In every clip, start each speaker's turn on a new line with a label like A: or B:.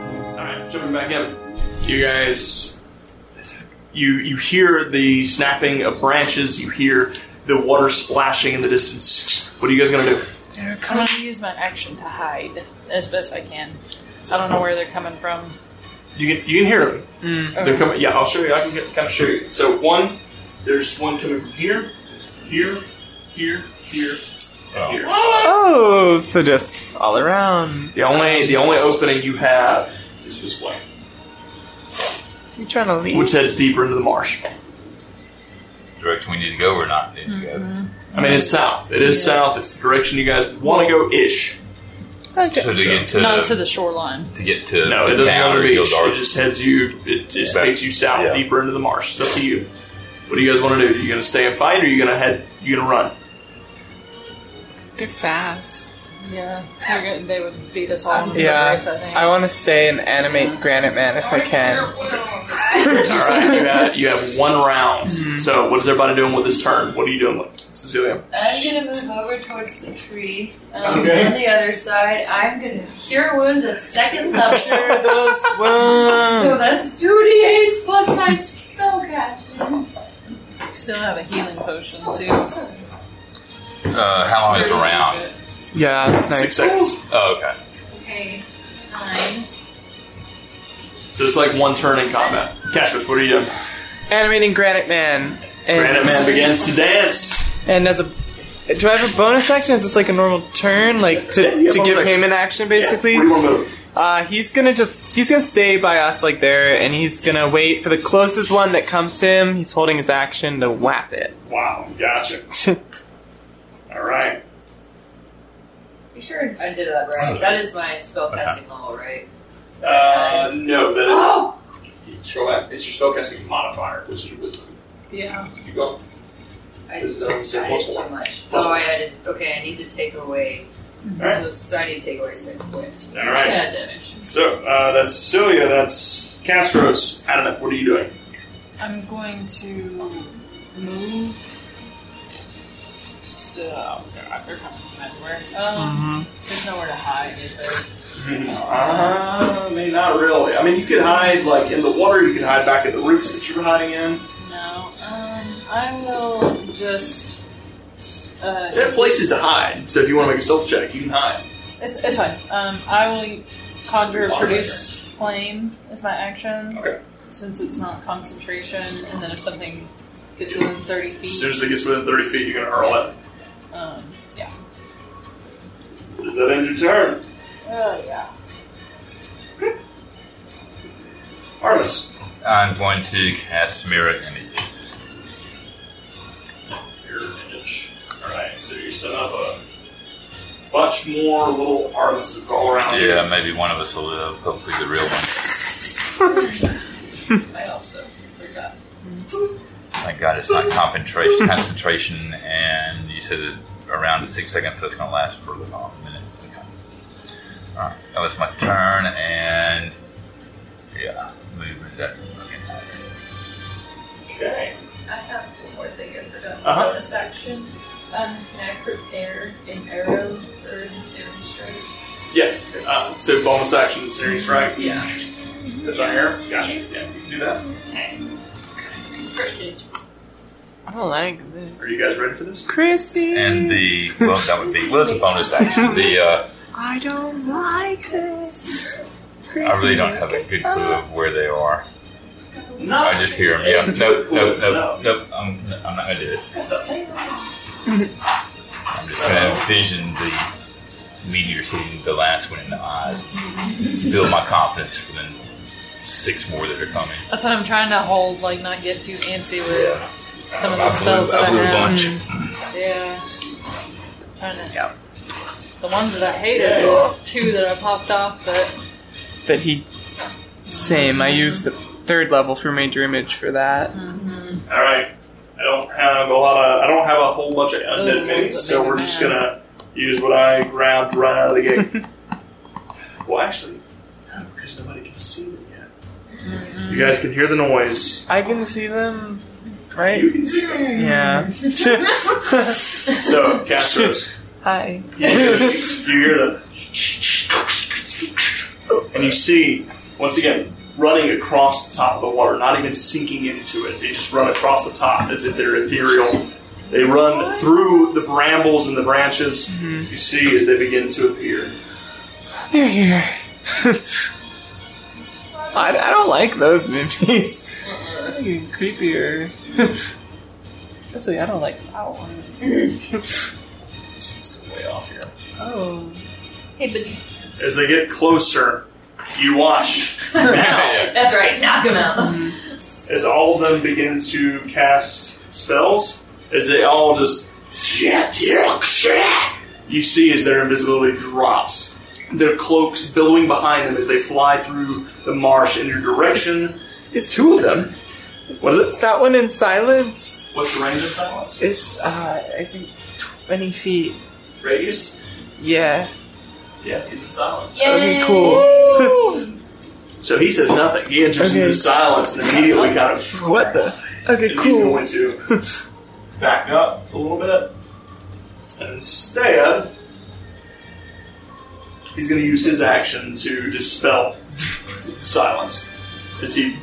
A: right, jumping back in. You guys, you you hear the snapping of branches. You hear the water splashing in the distance. What are you guys gonna do?
B: They're coming.
C: I'm gonna use my action to hide as best I can. I don't know where they're coming from.
A: You can you can hear them. They're
C: Okay.
A: coming. Yeah, I'll show you. I can get, kind of show you. So one, there's one coming from here, here, here, here, and here.
B: Oh, so just all around.
A: The only the only opening you have is this way,
B: You trying to leave?
A: which heads deeper into the marsh.
D: Uh, Direction we need to go or not need to
C: Mm-hmm.
D: go.
A: I mean, it's south. It is south. It's the direction you guys want to go ish.
D: So to get to,
C: Not to the shoreline.
D: to get to
A: No, it
D: the
A: doesn't
D: town
A: go to
D: or
A: the beach.
D: Gildar.
A: It just heads you. It just
D: Back-
A: takes you south,
D: yeah.
A: deeper into the marsh. It's up to you. What do you guys want to do? Are you going to stay and fight, or are you going to head? You going to run?
B: They're fast.
C: Yeah, they're gonna, they would beat us all. in the
B: Yeah,
C: race, I think.
B: I want to stay and animate Granite Man if I can.
A: All right, you have, you have one round. So, what is everybody doing with this turn? What are you doing with Cecilia?
E: I'm gonna move over towards the tree. Um,
A: Okay.
E: On the other side, I'm gonna cure wounds at second level.
B: Those
E: so
B: wounds.
E: that's two d8s plus my spellcasting.
C: still have a healing potion too.
D: Uh, how long is a round?
B: Yeah,
A: Six
B: nice.
A: seconds.
D: Oh, okay.
E: Okay, nine.
A: So it's like one turn in combat. Cassius, what are you doing?
B: Animating Granite Man. And,
A: Granite Man begins to dance.
B: And as a, do I have a bonus action? Is this like a normal turn, like to,
A: Yeah, you have
B: to
A: bonus
B: give him an action, basically?
A: yeah, where do you wanna move?
B: Uh, he's gonna just he's gonna stay by us like there, and he's gonna wait for the closest one that comes to him. He's holding his action to whap it.
A: Wow, gotcha.
B: Mm-hmm.
A: All right.
E: You sure I did that right? That is my spellcasting level, right?
A: Uh, no, that is. Scroll
B: Oh!
A: back. It's your spellcasting modifier, which is your wisdom.
E: Yeah.
A: You go.
E: I
A: This is,
E: I
A: um,
E: did
A: say plus
E: too
A: one.
E: much.
A: Plus
E: Oh,
A: one.
E: I added. Okay, I need to take away. So I need to take away six points.
A: All right.
E: Yeah, damage.
A: So uh, that's Cecilia. That's Castros. Adamant, what are you doing?
C: I'm going to move. Just, uh, oh god, they're coming from everywhere. Um, there's nowhere to hide. Is there?
A: Uh, I mean, not really. I mean, you could hide like in the water. You could hide back at the roots that you were hiding in.
C: No. Um, I will just. Uh,
A: There are places to hide. So if you want to make a stealth check, you can hide.
C: It's, it's fine. Um, I will conjure
A: Water
C: produce flame as my action
A: Okay.
C: since it's not concentration, and then if something gets within thirty feet,
A: As soon as it gets within thirty feet, you're gonna hurl it.
C: um, yeah,
A: Does that end your turn?
C: oh yeah,
A: Artemis.
D: I'm going to cast Mirror Image.
A: Your image. Alright, so you're set up a bunch more little artists all around you.
D: Yeah, maybe one of us will live. Hopefully, the real one.
E: I also forgot.
D: Thank God it's not concentration. concentration, and you said it around six seconds, so it's going to last for a little- a minute. Okay. All right, that was my turn, and yeah, movement that fucking matter.
A: Okay.
E: I have one more thing I forgot
A: Uh-huh.
E: about this action. Um, can I prepare an arrow for the searing strike?
A: Yeah. Uh, so bonus action, series strike.
E: Yeah.
A: Is that here? Gotcha. Yeah, you can do that.
E: Okay. Purchased.
B: I don't like this.
A: Are you guys ready for this?
B: Chrissy,
D: And the well, that would be well, it's a bonus action. The uh,
B: I don't like this.
D: I really don't have a good clue of where they are.
A: No.
D: I just hear them. Yeah, nope, nope,
A: No.
D: nope, nope. I'm, I'm not going to do it. I'm just going to envision the meteors hitting the last one in the eyes. Build my confidence for the six more that are coming.
C: that's what I'm trying to hold, like not get too antsy with some of the
D: I
C: spells
D: blew,
C: that
D: I
C: I,
D: blew a
C: have.
D: bunch.
C: Yeah, trying to. The ones that I hated, the two that I popped off, that
B: That he, same. I used the third level for major image for that.
A: Alright. I don't have a lot of I don't have a whole bunch of
C: Those are
A: undead
C: the ones
A: minis,
C: that
A: so
C: make
A: we're
C: me
A: just
C: mad.
A: gonna use what I grabbed right out of the gate. well actually, no, because nobody can see them yet.
C: Mm-hmm.
A: You guys can hear the noise.
B: I can see them, right?
A: You can see them.
B: Yeah.
A: So, Castros,
B: Hi.
A: you hear them. And you see Once again, running across the top of the water, not even sinking into it. They just run across the top as if they're ethereal. They run through the brambles and the branches you see as they begin to appear.
B: They're here. I, I don't like those movies. They're even creepier. Especially, I don't like that one.
A: It's way off here.
B: Oh.
E: Hey, but
A: As they get closer, you watch now
E: that's right. Knock him out.
A: as all of them begin to cast spells, as they all just you see as their invisibility drops, their cloaks billowing behind them as they fly through the marsh in your direction.
B: Is,
A: Two of them. What is it?
B: is that one in silence?
A: What's the range of silence?
B: It's, uh, I think 20 feet.
A: Radius.
B: Yeah.
A: Yeah, he's in silence.
B: Okay, cool.
A: So he says nothing. He enters
B: Okay.
A: into silence and immediately kind of
B: what the? Okay,
A: And he's
B: cool.
A: going to back up a little bit. And instead, he's going to use his action to dispel silence as he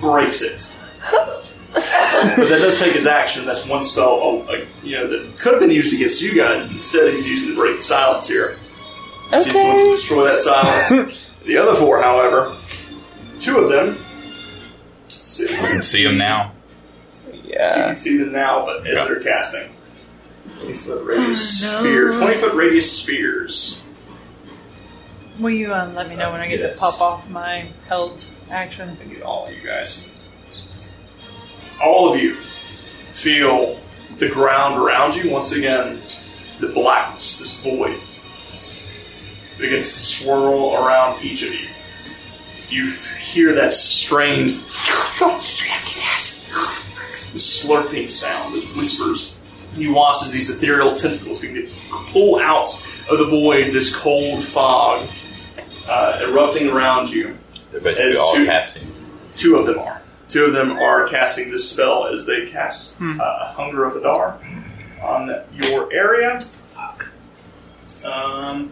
A: breaks it. but that does take his action. That's one spell, oh, like, you know, that could have been used against you guys. Instead, he's using to break silence here. So he's going to
B: Okay.
A: destroy that silence. the other four, however, two of them. Let's see.
D: You can see them now.
A: You
B: Yeah.
A: can see them now, but as
D: Yeah.
A: they're casting. 20 foot radius sphere. 20 foot radius spheres.
C: Will you um, let me know when I get
A: Yes.
C: to pop off my held action?
A: I need all of you guys. All of you feel the ground around you once again, the blackness, this void, begins to swirl around each of you. You f- hear that strange slurping sound, those whispers. You watch as these ethereal tentacles begin to pull out of the void this cold fog uh, erupting around you
D: They're basically
A: As
D: all
A: two-
D: casting.
A: two of them are. Two of them are casting this spell as they cast uh, Hunger of Adar on your area. Um,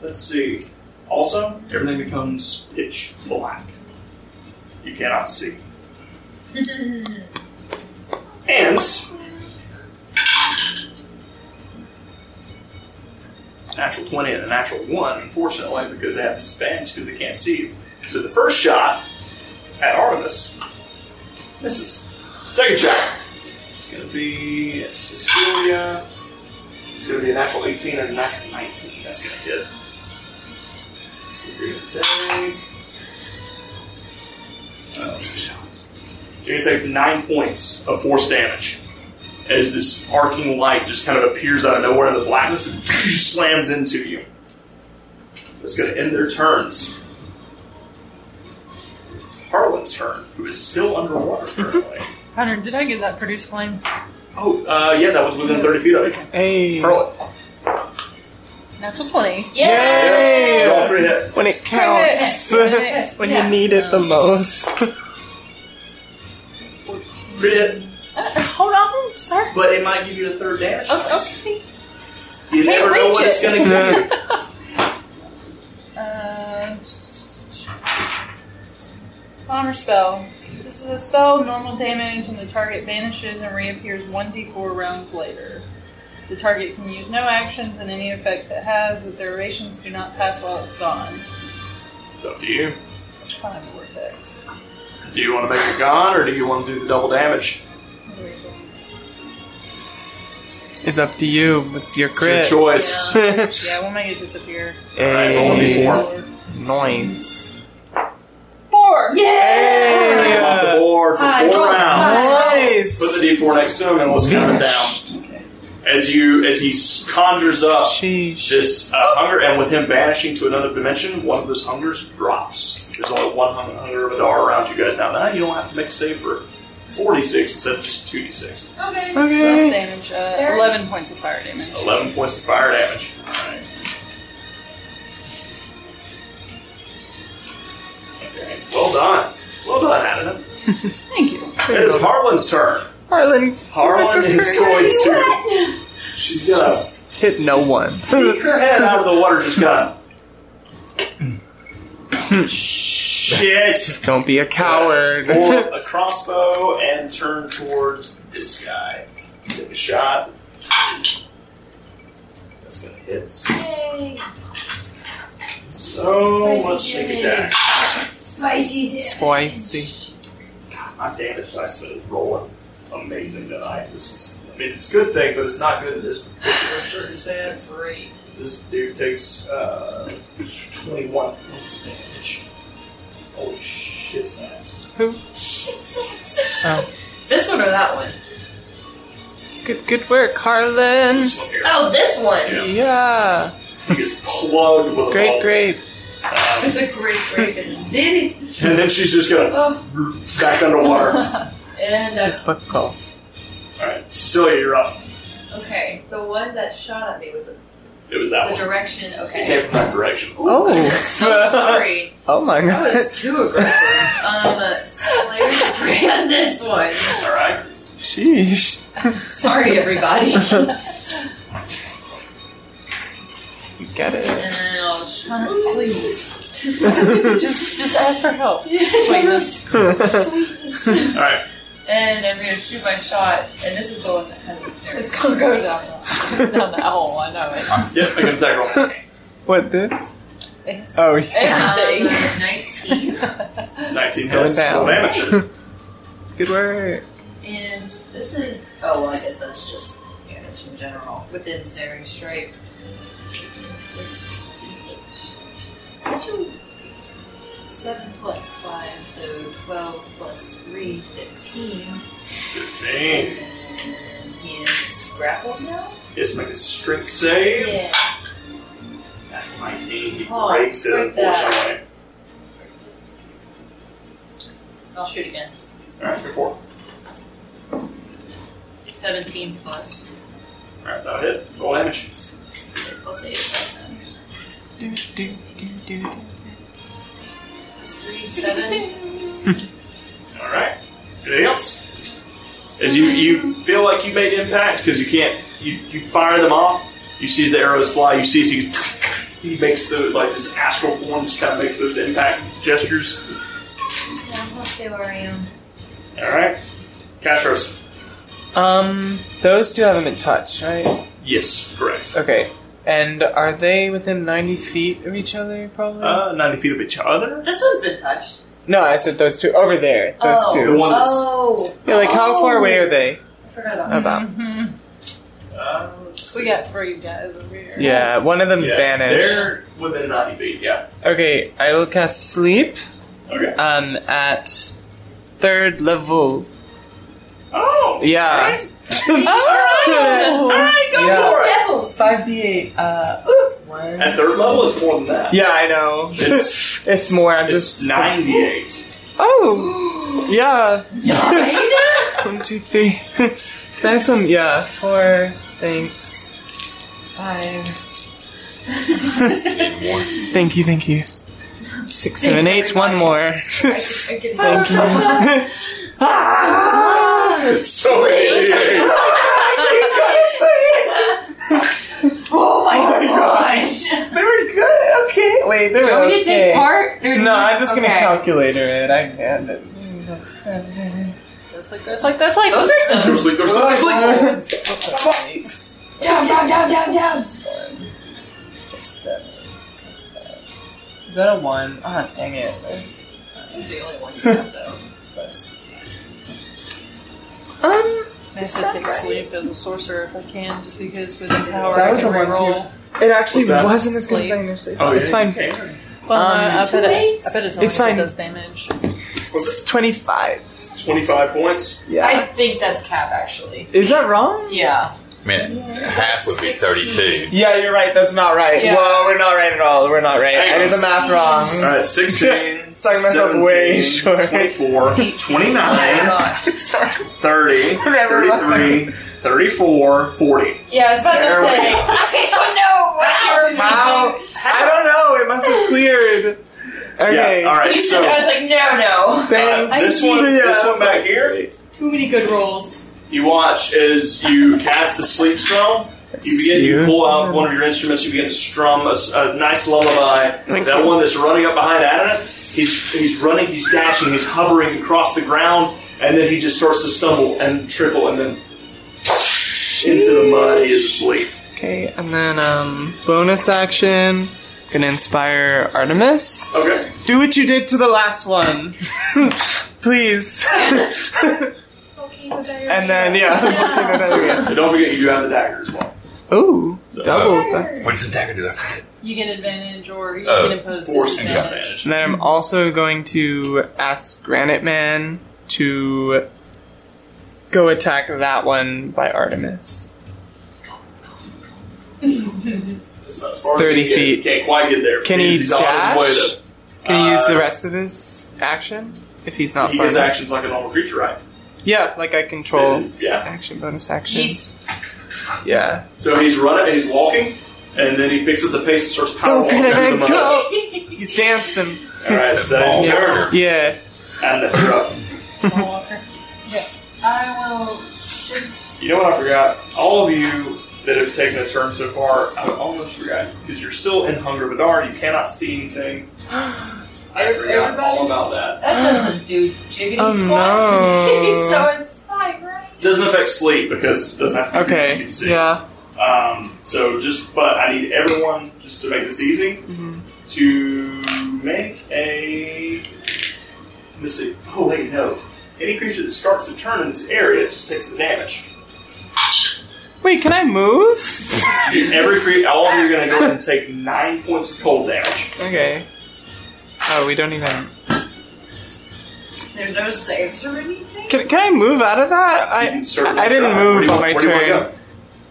A: let's see. Also, everything becomes pitch black. You cannot see. and natural twenty and a natural one, unfortunately, because they have disadvantage because they can't see. So the first shot at Artemis. Misses. Second shot. It's going to be at Cecilia. It's going to be a natural 18 and a natural 19. That's going to hit. So you're going to take. Uh, let's see. You're going to take nine points of force damage as this arcing light just kind of appears out of nowhere in the blackness and slams into you. That's going to end their turns. It's Harlan's turn, who is still underwater currently.
C: Connor, did I get that produce flame?
A: oh, uh, yeah, that was within 30 feet of it.
B: Hey.
A: Harlan.
C: Natural 20.
B: Yay!
A: Draw three hit.
B: When it counts.
C: Crit.
B: when you need it the most.
A: Three hit.
C: Uh, hold on, sir.
A: But it might give you a third damage.
C: Oh,
A: dice.
C: okay.
A: You
C: Can't
A: never know
C: reach
A: what it's
C: it.
A: going to give you.
C: Uh, honor spell. This is a spell, normal damage, and the target vanishes and reappears 1d4 rounds later. The target can use no actions and any effects it has, but durations do not pass while it's gone.
A: It's up to you.
C: Time vortex.
A: Do you want to make it gone, or do you want to do the double damage?
B: it's up to you. It's your
A: It's your
B: crit.
A: choice.
C: Yeah. yeah, we'll make it disappear.
A: Alright, roll a
B: Hey.
A: d4.
B: Noise.
C: Four!
A: Take him off the
B: Hey.
A: board for
C: Hi,
A: four
C: roll
A: rounds.
B: Nice.
A: Put the d4 next to him and let's count him down. As you, as he s- conjures up
B: Sheesh.
A: this uh, hunger, and with him vanishing to another dimension, one of those hungers drops. There's only one hung- hunger of Adar around you guys now. Now you don't have to make a save for 46 instead of just 2d6.
E: Okay.
C: Plus
B: Okay.
C: damage, uh, 11 points of fire damage.
A: 11 points of fire damage. Alright. Okay. Well done. Well done, Adam.
C: Thank you.
A: It is Harlan's turn.
B: Harlan
A: Harlan is going to. She's gonna
B: hit no one.
A: peek her head out of the water, just gonna. Shit!
B: Don't be a coward.
A: Pull a crossbow and turn towards this guy. Take a shot. That's gonna hit.
E: Yay!
A: So much sneak attack.
E: Spicy dish.
B: Spicy.
A: My damage dice is rolling amazing tonight. This is, I mean, it's a good thing, but it's not good in this particular circumstance.
F: That's great.
A: This dude takes uh, 21 points of damage. Holy shit, snacks.
E: Shit sucks.
F: This one or that one?
B: good, good work, Harlan.
A: This one here.
E: Oh, this one.
A: Yeah.
B: Yeah.
A: He gets plugged with a
B: Great,
A: bolt.
B: great.
A: Um,
F: It's a great grape and did it.
A: and then she's just gonna
F: Oh,
A: back underwater.
F: and uh,
B: Buckle.
A: Alright, Cecilia, you're up.
F: okay, the one that shot at me was the
A: It was that one.
F: direction.
A: It
F: Okay,
A: came from that direction.
F: so
B: Oh.
F: sorry.
B: oh my
F: That
B: god.
F: was too aggressive. Um, Slayer ran this one.
A: Alright.
B: Sheesh.
F: Sorry, everybody.
B: You get it.
F: And then I'll shot, please.
C: just just ask for help.
F: Sweetness.
A: Alright.
F: And I'm gonna shoot my shot, and this is the one that has the snare.
C: It's gonna go down the, down the hole. Oh, I know it.
A: Yes, make an attack roll.
B: what this?
C: It's
B: Oh yeah.
F: Um,
C: everything.
F: 19.
A: 19
B: going
A: hits.
B: down.
A: Full damage.
B: Good work.
F: And this is oh well, I guess that's just damage in general within snaring strike. Six, eight. Two. Seven plus five, so twelve plus three, fifteen.
A: 15.
F: And he is grappled now.
A: Yes, make a strength save.
F: Yeah.
A: Natural 19. He
F: Oh,
A: breaks it,
F: break that.
A: unfortunately.
F: I'll shoot again.
A: Alright, go for
F: Seventeen plus
A: it. Alright, that'll hit. Roll damage.
F: plus eight is seven.
B: Do, do, do, do, do.
F: Plus three, seven.
A: Alright. Anything else? As you, you feel like you made impact because you can't, you, you fire them off, you see the arrows fly, you see as he goes, he makes the, like this astral form just kind of makes those impact gestures.
F: yeah, I'm gonna stay where I am.
A: Alright. Castros.
B: Um, those two haven't been touched, right?
A: Yes, correct.
B: Okay. And are they within 90 feet of each other, probably?
A: Uh, 90 feet of each other?
F: This one's been touched.
B: no, I said those two. Over there. Those
F: Oh.
B: two.
A: The one that's.
F: Oh,
B: Yeah, like, how far away are they?
F: I forgot about
B: About.
C: Mhm.
A: Uh, let's see.
C: We got three guys over here.
B: Yeah, one of them's
A: Yeah,
B: banished.
A: They're within 90 feet, yeah.
B: Okay, I will cast sleep
A: Okay.
B: um, at third level.
A: Oh!
B: Yeah.
C: Oh!
F: Ah,
A: Alright, Oh! go
B: Yeah.
A: for it!
B: 5d8. Uh,
A: At third level, it's more than that.
B: yeah, I know.
A: It's,
B: It's more. I'm
A: it's
B: just.
A: 98.
B: Oh! Yeah. One, two, three. Can I have some? Yeah. Four. Thanks. Five. thank you, thank you. Six, seven, eight. One more.
F: I can
B: thank you.
A: So 88!
F: Oh my,
A: gosh.
B: they were good. Okay. Wait, they were
F: Do you want me to
B: okay.
F: take part? Or do
B: No,
F: you-
B: I'm just gonna
F: okay.
B: calculator it. I had it.
C: That's like that's like that's like
F: Those are
A: Go
F: some.
A: sleep, go sleep, go sleep!
E: Down, down, down, down, down.
B: Seven. plus five. Is that a one? Ah, dang it. That's
F: That's the only one you have though.
B: plus. Um,
C: I have to take sleep as a sorcerer if I can, just because with the power
B: That
C: I
B: was
C: can
B: a one,
C: reroll.
B: it actually
A: What's that?
B: wasn't as good as I
C: Sleep.
B: initially
A: Oh,
B: thought. It's
A: yeah,
B: fine.
A: okay.
C: Well,
B: Um,
C: no, I bet it. I bet it's only
B: It's fine.
C: It does damage.
B: It's 25.
A: 25 points.
B: Yeah.
F: I think that's cap actually.
B: Is that wrong?
F: Yeah.
D: I mean, half would be 32.
B: Yeah, you're right. That's not right.
C: Yeah.
B: Whoa, we're not right at all. We're not right. I did the math wrong.
A: Alright, 16.
B: Sorry, myself
A: 17,
B: way short.
A: 24,
C: Oh
A: 29,
F: Gosh.
A: 30,
B: Never mind.
A: 33, 34, 40.
F: Yeah, I was about
A: There
F: to
A: we
F: say.
A: go.
F: I don't know what you were
B: Wow. I don't know. It must have cleared. Okay.
A: Yeah, alright,
F: You
A: so.
F: should, I was like, no, no.
B: Thanks.
A: Uh, this one,
B: Yeah,
A: this one
B: it's
A: back here.
F: Too many good rolls.
A: You watch as you cast the sleep spell, You begin
B: you.
A: to pull out one of your instruments. You begin to strum a, s- a nice lullaby.
B: Thank
A: that
B: you.
A: one that's running up behind Adana, he's he's running, he's dashing, he's hovering across the ground, and then he just starts to stumble and trickle, and then into the mud. He is asleep.
B: Okay, and then um, bonus action. Gonna inspire Artemis.
A: Okay.
B: Do what you did to the last one, please. and then yeah.
A: And don't forget, you do have the dagger as well.
B: Ooh, double.
A: uh,
D: What does the dagger do? I forget.
C: You get advantage, or you
D: Oh,
C: can impose
A: Force and
C: disadvantage.
A: disadvantage.
B: And then I'm also going to ask Granite Man to go attack that one by Artemis.
A: It's about as far as
B: 30
A: you can-
B: feet.
A: Can't quite get there.
B: Can
A: He's-
B: he
A: he's on his
B: dash?
A: way to-
B: Can he use the
A: Uh,
B: rest of his action if he's not
A: He his
B: further?
A: actions like a normal creature, right?
B: Yeah, like I control
A: Yeah.
B: action, bonus action.
C: Yeet.
B: Yeah.
A: So he's running, he's walking, and then he picks up the pace and starts power
B: Go,
A: walking
B: Granite
A: into the
B: Man,
A: mud.
B: go! He's dancing.
A: All right, so that is
D: Ball.
A: turn.
B: Yeah.
A: And the truck.
C: Walker.
E: I will shift.
A: You know what I forgot? All of you that have taken a turn so far, I almost forgot because you're still in Hunger Vidar. You cannot see anything. I forgot all about that.
F: That doesn't do jiggity
B: Oh,
F: squat to me,
B: no.
F: so it's fine, right?
A: Doesn't affect sleep because it doesn't have to be you
B: Okay.
A: can see.
B: Yeah.
A: Um, so just, but I need everyone just to make this easy to make a. Let me see. Oh wait, no. Any creature that starts to turn in this area just takes the damage.
B: Wait, can I move?
A: Every cre- all of you are going to go ahead and take nine points of cold damage.
B: Okay. Oh, we don't even.
F: There's no saves or anything.
B: Can, can I move out of that?
A: You can
B: I
A: certainly
B: I didn't
A: try. Where do
B: move
A: you want-
B: on my
A: where do you wanna
B: turn.
A: go?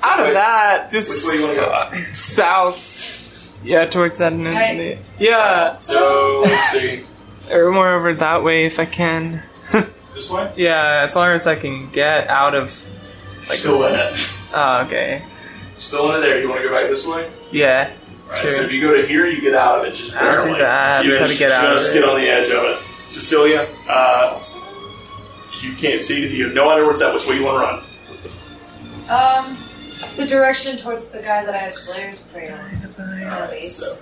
B: Out
A: Which way-
B: of that,
A: Which
B: just
A: way do you want to go?
D: Fuck.
B: south. Yeah, towards that.
F: Right.
B: Yeah,
A: So let's see.
B: or more over that way if I can.
A: This way.
B: Yeah, as far as I can get out of.
A: Like still in it.
B: Oh, okay.
A: Still in it there. You want to go back this way?
B: Yeah.
A: Right.
B: Sure.
A: So if you go to here, you get out of it. Just
B: I'll do
A: barely.
B: that.
A: You
B: Try to get out of
A: Just
B: it.
A: get on the edge of it. Cecilia, uh, you can't see. it. You have no idea where it's at. Which way you want to run?
E: Um, the direction towards the guy that I have Slayer's prey on.
A: All right, so.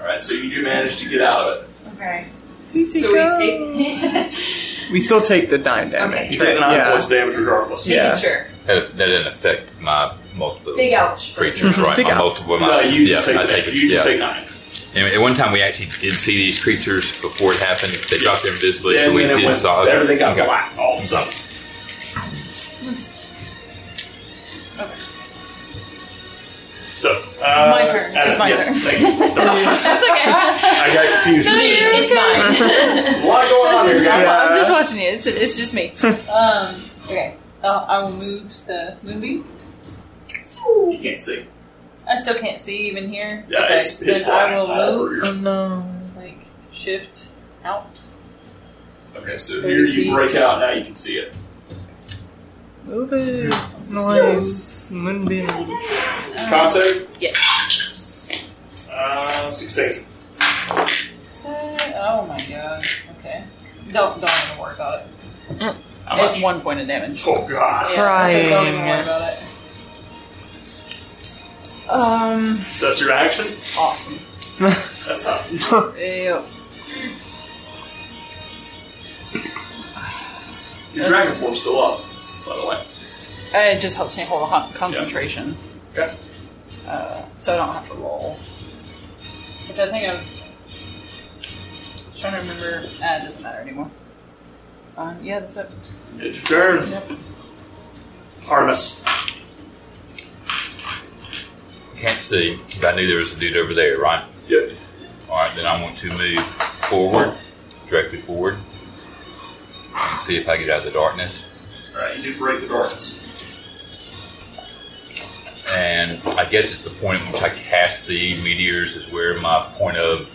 A: All right, so you do manage to get out of it.
E: Okay.
B: CC
F: So
B: go.
F: we take
B: We still take the nine damage.
F: Okay.
A: You take the nine
B: yeah.
A: points of damage regardless.
B: Yeah.
F: sure.
D: That, that didn't affect my multiple
E: Big ouch.
D: creatures, right?
B: Big
D: my
B: out.
D: multiple. My,
A: No, Uh, you just
D: yeah,
A: take.
D: I
A: the-
D: take it.
A: you just
D: yeah.
A: take nine.
D: And at one time, we actually did see these creatures before it happened. They dropped their invisibility, so
A: And
D: we
A: then it
D: did
A: went-
D: saw it.
A: everything got
D: Okay.
A: black all of a sudden.
C: Okay.
A: So, uh,
C: My turn.
A: Adam,
C: It's my
A: yeah,
C: turn.
A: Thank you. Sorry,
F: That's okay.
A: I got confused.
F: it's
A: a
F: mine.
A: lot going on here, guys.
B: Yeah.
C: I'm just watching it. It's, it's just me. um, okay. Uh, I will move the movie.
A: You can't see.
C: I still can't see even here.
A: Yeah,
C: okay.
A: it's pitch
C: then I
A: black.
C: will
A: all
C: move,
A: over here.
B: Oh no.
C: like shift out.
A: Okay, so here you break out. Now you can see it.
B: Move it. Nice. Moonbeam.
C: Um,
A: Con save?
C: Yes.
A: Uh, 16.
C: So, oh my god. Okay. Don't don't even worry about it.
A: How
C: it's
A: much?
C: one point of damage.
A: Oh, God.
C: Yeah, so don't even
B: Crying.
C: worry about it. Um.
A: So that's your action?
C: Awesome.
A: That's not.
C: Ew.
A: Your dragon form's still up, by the way.
C: It just helps me hold on concentration.
A: Okay.
C: Uh, so I don't have to roll. Which I think I'm trying to remember. Ah, it doesn't matter anymore. Um, yeah, that's it.
A: It's your turn.
C: Yep.
A: Artemis.
D: Can't see, but I knew there was a dude over there, right?
A: Yep.
D: All right, then I want to move forward, directly forward, and see if I get out of the darkness.
A: Alright, you did break the darkness.
D: And I guess it's the point at which I cast the meteors is where my point of.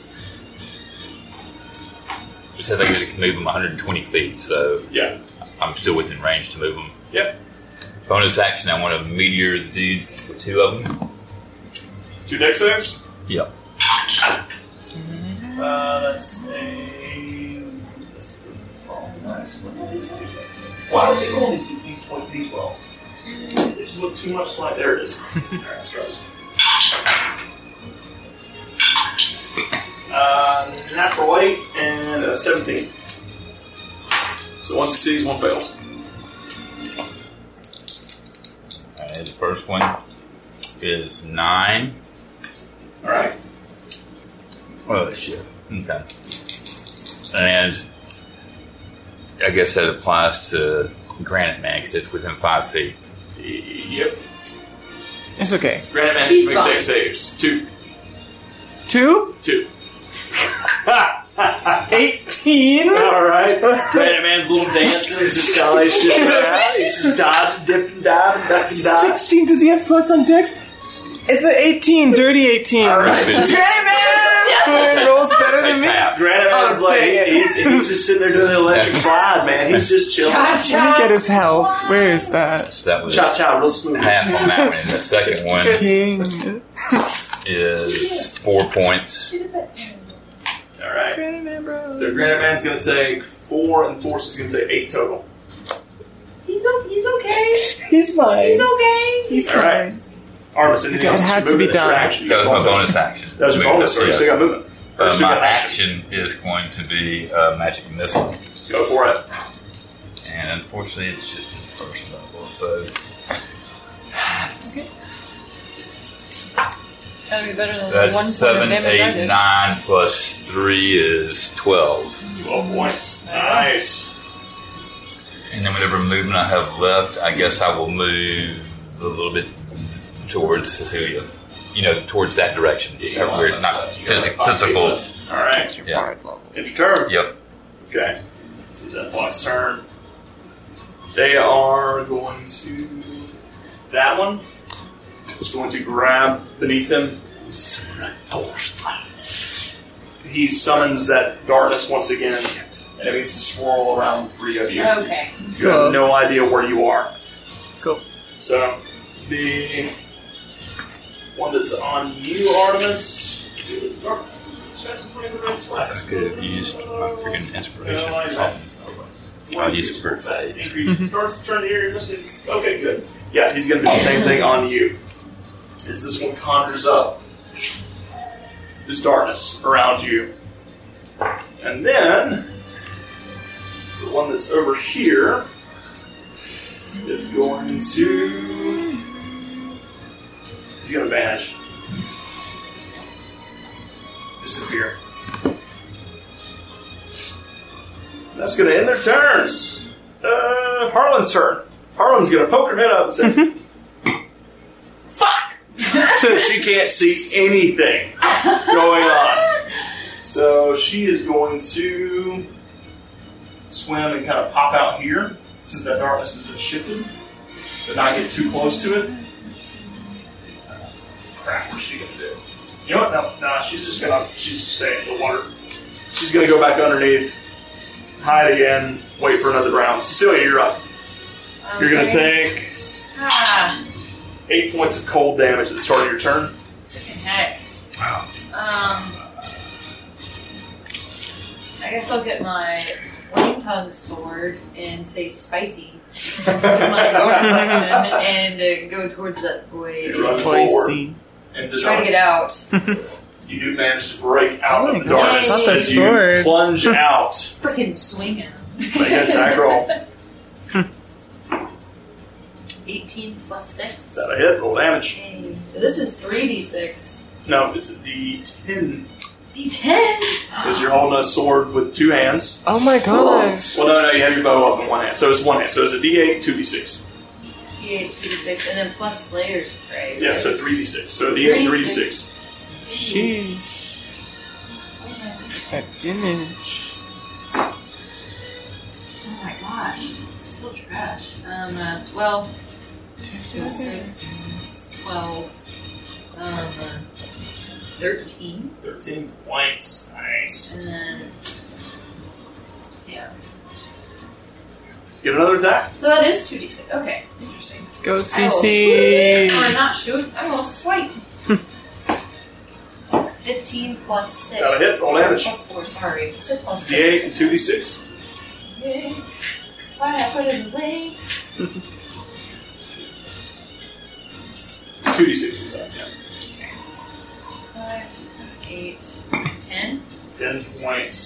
D: It says I can move them 120 feet, so
A: Yeah.
D: I'm still within range to move them.
A: Yep.
D: Bonus action, I want to meteor the dude with two of them.
A: Two deck saves?
D: Yep.
A: Uh, that's a. That's a oh, nice. Why don't they only do these 20 d12s? It just looked too much like there it is. Alright, let's try this. Uh, natural 8 and a 17. So one succeeds, one fails.
D: Uh, the first one is nine.
A: Alright.
D: Oh shit. Okay. And I guess that applies to Granite Man because it's within five feet.
A: Yep.
B: It's okay.
A: Granite Man
F: He's
A: just make
F: fine.
A: deck saves. Two.
B: Two?
A: Two.
B: 18?
A: Alright. Granite Man's little dance is just got all this shit around. He's just dodging, dipping, diving, ducking, diving.
B: 16? Does he have plus on dex? It's an 18, dirty 18.
A: Alright.
B: Damn it! rolls better than
D: Takes
B: me.
D: half.
A: Granite
B: Oh,
A: Man's like,
B: dang it.
A: he's, he's just sitting there doing the electric slide, man. He's just chilling. Cha
B: Let me get his health. Where is that?
D: So that was
A: cha, real smooth.
D: half on that one. And the second one
B: King.
D: is four points.
A: Alright.
B: Granite Man, bro.
A: So Granite Man's going to take four, and Force is going to take eight total.
E: He's, o- he's okay.
B: He's fine.
E: He's okay.
B: He's
A: All right.
B: fine.
A: Armus, anything
B: It
A: else?
B: had
A: you
B: to
A: move
B: be
A: it, that's your
B: done.
A: action. You
D: That was
A: got
D: my
A: bonus.
D: bonus action.
A: That was your
D: Moving
A: bonus,
D: this
A: so you
D: way.
A: still got movement. Or you
D: Uh,
A: still
D: my
A: got action.
D: action is going to be uh, magic missile,
A: Go for it.
D: and unfortunately, it's just the first level. So
C: It's gotta be better than the one
D: that's
C: point of
D: seven,
C: damage I
D: eight,
C: did.
D: nine plus three is twelve.
A: 12 points. Nice.
D: And then whatever movement I have left, I guess I will move a little bit towards Cecilia. You know, towards that direction.
A: got
D: Where
A: one less
D: it's not
A: left. You got
D: physi-
A: like five people
D: physical.
A: left. All right.
D: Yeah.
B: Bard level.
A: It's your turn.
D: Yep.
A: Okay. This is Deathlock's turn. They are going to. That one is going to grab beneath them. He summons that darkness once again, and it makes a swirl around the three of you.
F: Okay.
A: You have no idea where you are.
B: Cool.
A: So, the one that's on you, Artemis.
D: I could have used my freaking inspiration for something. I'll use it for a
A: Starts to turn the area missing. Okay, good. Yeah, he's going to do the same thing on you. As this one conjures up this darkness around you. And then, the one that's over here is going to. He's going to vanish. Disappear. That's going to end their turns. Uh, Harlan's turn. Harlan's going to poke her head up and say, Fuck! so she can't see anything going on. So she is going to swim and kind of pop out here since that darkness has been shifted, but not get too close to it. Uh, Crap, what's she going to do? You know what? No, no, she's just going to she's just staying in the water. She's going to go back underneath hide again, wait for another round. Cecilia, you're up. You're going to take
F: Ah,
A: eight points of cold damage at the start of your turn.
F: freaking heck. Um, I guess I'll get my flame tongue sword and say spicy. in my own direction and uh, go towards that void.
A: You run
F: and
A: forward
B: Poisey.
A: and
F: Try
A: disarm.
F: to get out.
A: You do manage to break out of the
B: Oh my
A: darkness
F: gosh, not that
A: as you
B: sword.
A: plunge out.
F: Freaking swing out.
A: Make an attack roll.
F: 18 plus 6.
A: Is that a hit? Roll damage.
F: Okay, so this is 3d6.
A: No, it's a D10
F: D10!
A: because you're holding a sword with two hands.
B: Oh my gosh.
A: Well, no, no, you have your bow up in one hand, so it's one hand. So it's a D8, two D6.
F: D8, 2d6, and then plus Slayer's Prey.
A: Yeah, so three D6. So D8, three D6.
B: Sheesh. That damage.
F: Oh my gosh, it's still trash. Um, uh, well, so 6, it's 12, um, uh, 13,
A: Thirteen points. Nice.
F: and then. Yeah.
A: Get another attack.
F: So that is 2d6. Okay, interesting.
B: Go
F: I will
B: CC.
F: shoot, Or not shoot, I will swipe. 15 plus 6.
A: Got a hit, roll damage.
F: Plus 4, sorry. I said plus 6.
A: D8 and two D6.
F: Why I put it away?
A: Two d six this time. Yeah.
F: Five, six, seven, eight, ten.
A: Ten points.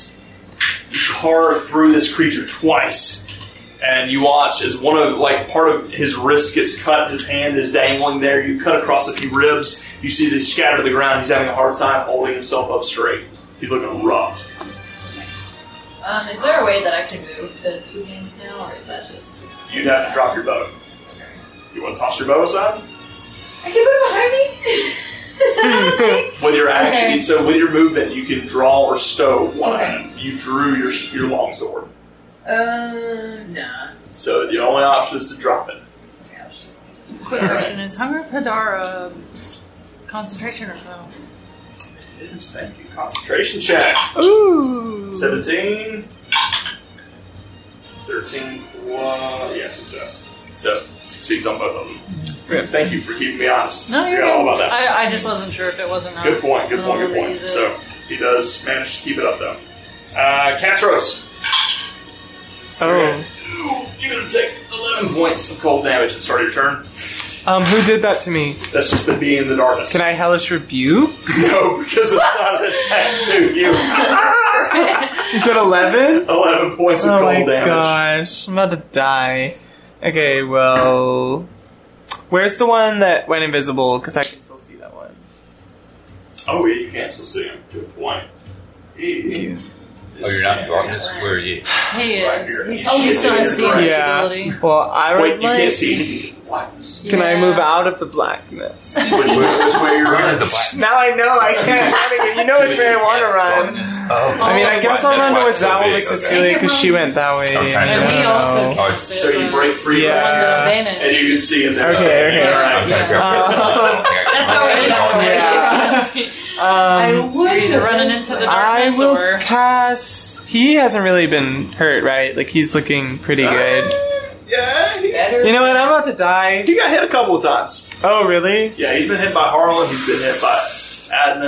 A: You carve through this creature twice, and you watch as one of like part of his wrist gets cut. His hand is dangling there. You cut across a few ribs. You see as he's scattered to the ground. He's having a hard time holding himself up straight. He's looking rough.
F: Um, is there a way that I can move to two hands now, or is that just?
A: You'd have to drop your bow. You want to toss your bow aside?
F: I can put it behind me. is that a thing?
A: With your action,
C: Okay.
A: so with your movement, you can draw or stow one
F: Okay.
A: item. You drew your your longsword,
F: Uh, nah.
A: so the only option is to drop it.
F: Okay, I'll just-
C: Quick question: Is Hunger Padara concentration or so?
A: Yes, thank you. Concentration check.
B: Ooh.
A: 17. 13. One. Yeah, success. So, succeeds on both of them.
B: Good.
A: Thank you for keeping me honest.
C: No, you're
A: Forgot all
C: good.
A: about that.
C: I, I just wasn't sure if it was or not.
A: Good point, good
C: I
A: point, good
C: remember
A: point.
C: using-
A: So, he does manage to keep it up, though. Uh, Castros.
B: Oh.
A: You're gonna take 11 points of cold damage at the start of your turn.
B: Um, who did that to me?
A: That's just the being in the darkness.
B: Can I hellish rebuke?
A: No, because it's not an attack to you.
B: Is it 11?
A: 11 points of
B: Oh my
A: cold damage.
B: gosh, I'm about to die. Okay, well. Where's the one that went invisible? Because I can still see that one.
A: Oh, yeah, you can still see him. Good point. Yeah.
D: Oh, you're not darkness? Where are you?
C: He
A: Right
C: is.
A: here.
C: He's,
A: Oh,
C: he's still in
A: yeah.
C: speed
B: Yeah.
C: invisibility.
B: Well,
A: Wait,
B: I would
A: you
B: like.
A: can't see him. Blackness.
B: Can I
C: Yeah.
B: move out of the blackness?
A: Which way- which way you're
D: We're in
A: running?
D: the black.
B: now I know I can't. run again. You know which way I want to run.
D: Darkness. Oh,
B: I mean, I guess I'll run towards that one with
D: Cecilia.
B: Cecilia because she went that way. Um,
D: Okay.
B: I
C: And
B: don't
C: we
B: know.
C: also
D: Oh,
C: cast it.
A: So you break free,
B: Yeah.
C: Under
A: and
C: advantage.
A: you can see him there.
B: Okay, okay.
A: All right.
D: Okay, good.
B: Uh,
F: That's how it
B: Yeah.
F: is.
E: I
B: Um,
E: would
C: You're either
E: have
C: running
E: been
C: into
E: so-
C: the
B: I
C: darkness
B: will
C: or
B: cast. He hasn't really been hurt, right? Like he's looking pretty good.
A: Yeah, he,
F: Better.
B: You know what? I'm about to die.
A: he got hit a couple of times.
B: Oh, really?
A: Yeah, he's been hit by Harlan. He's been hit by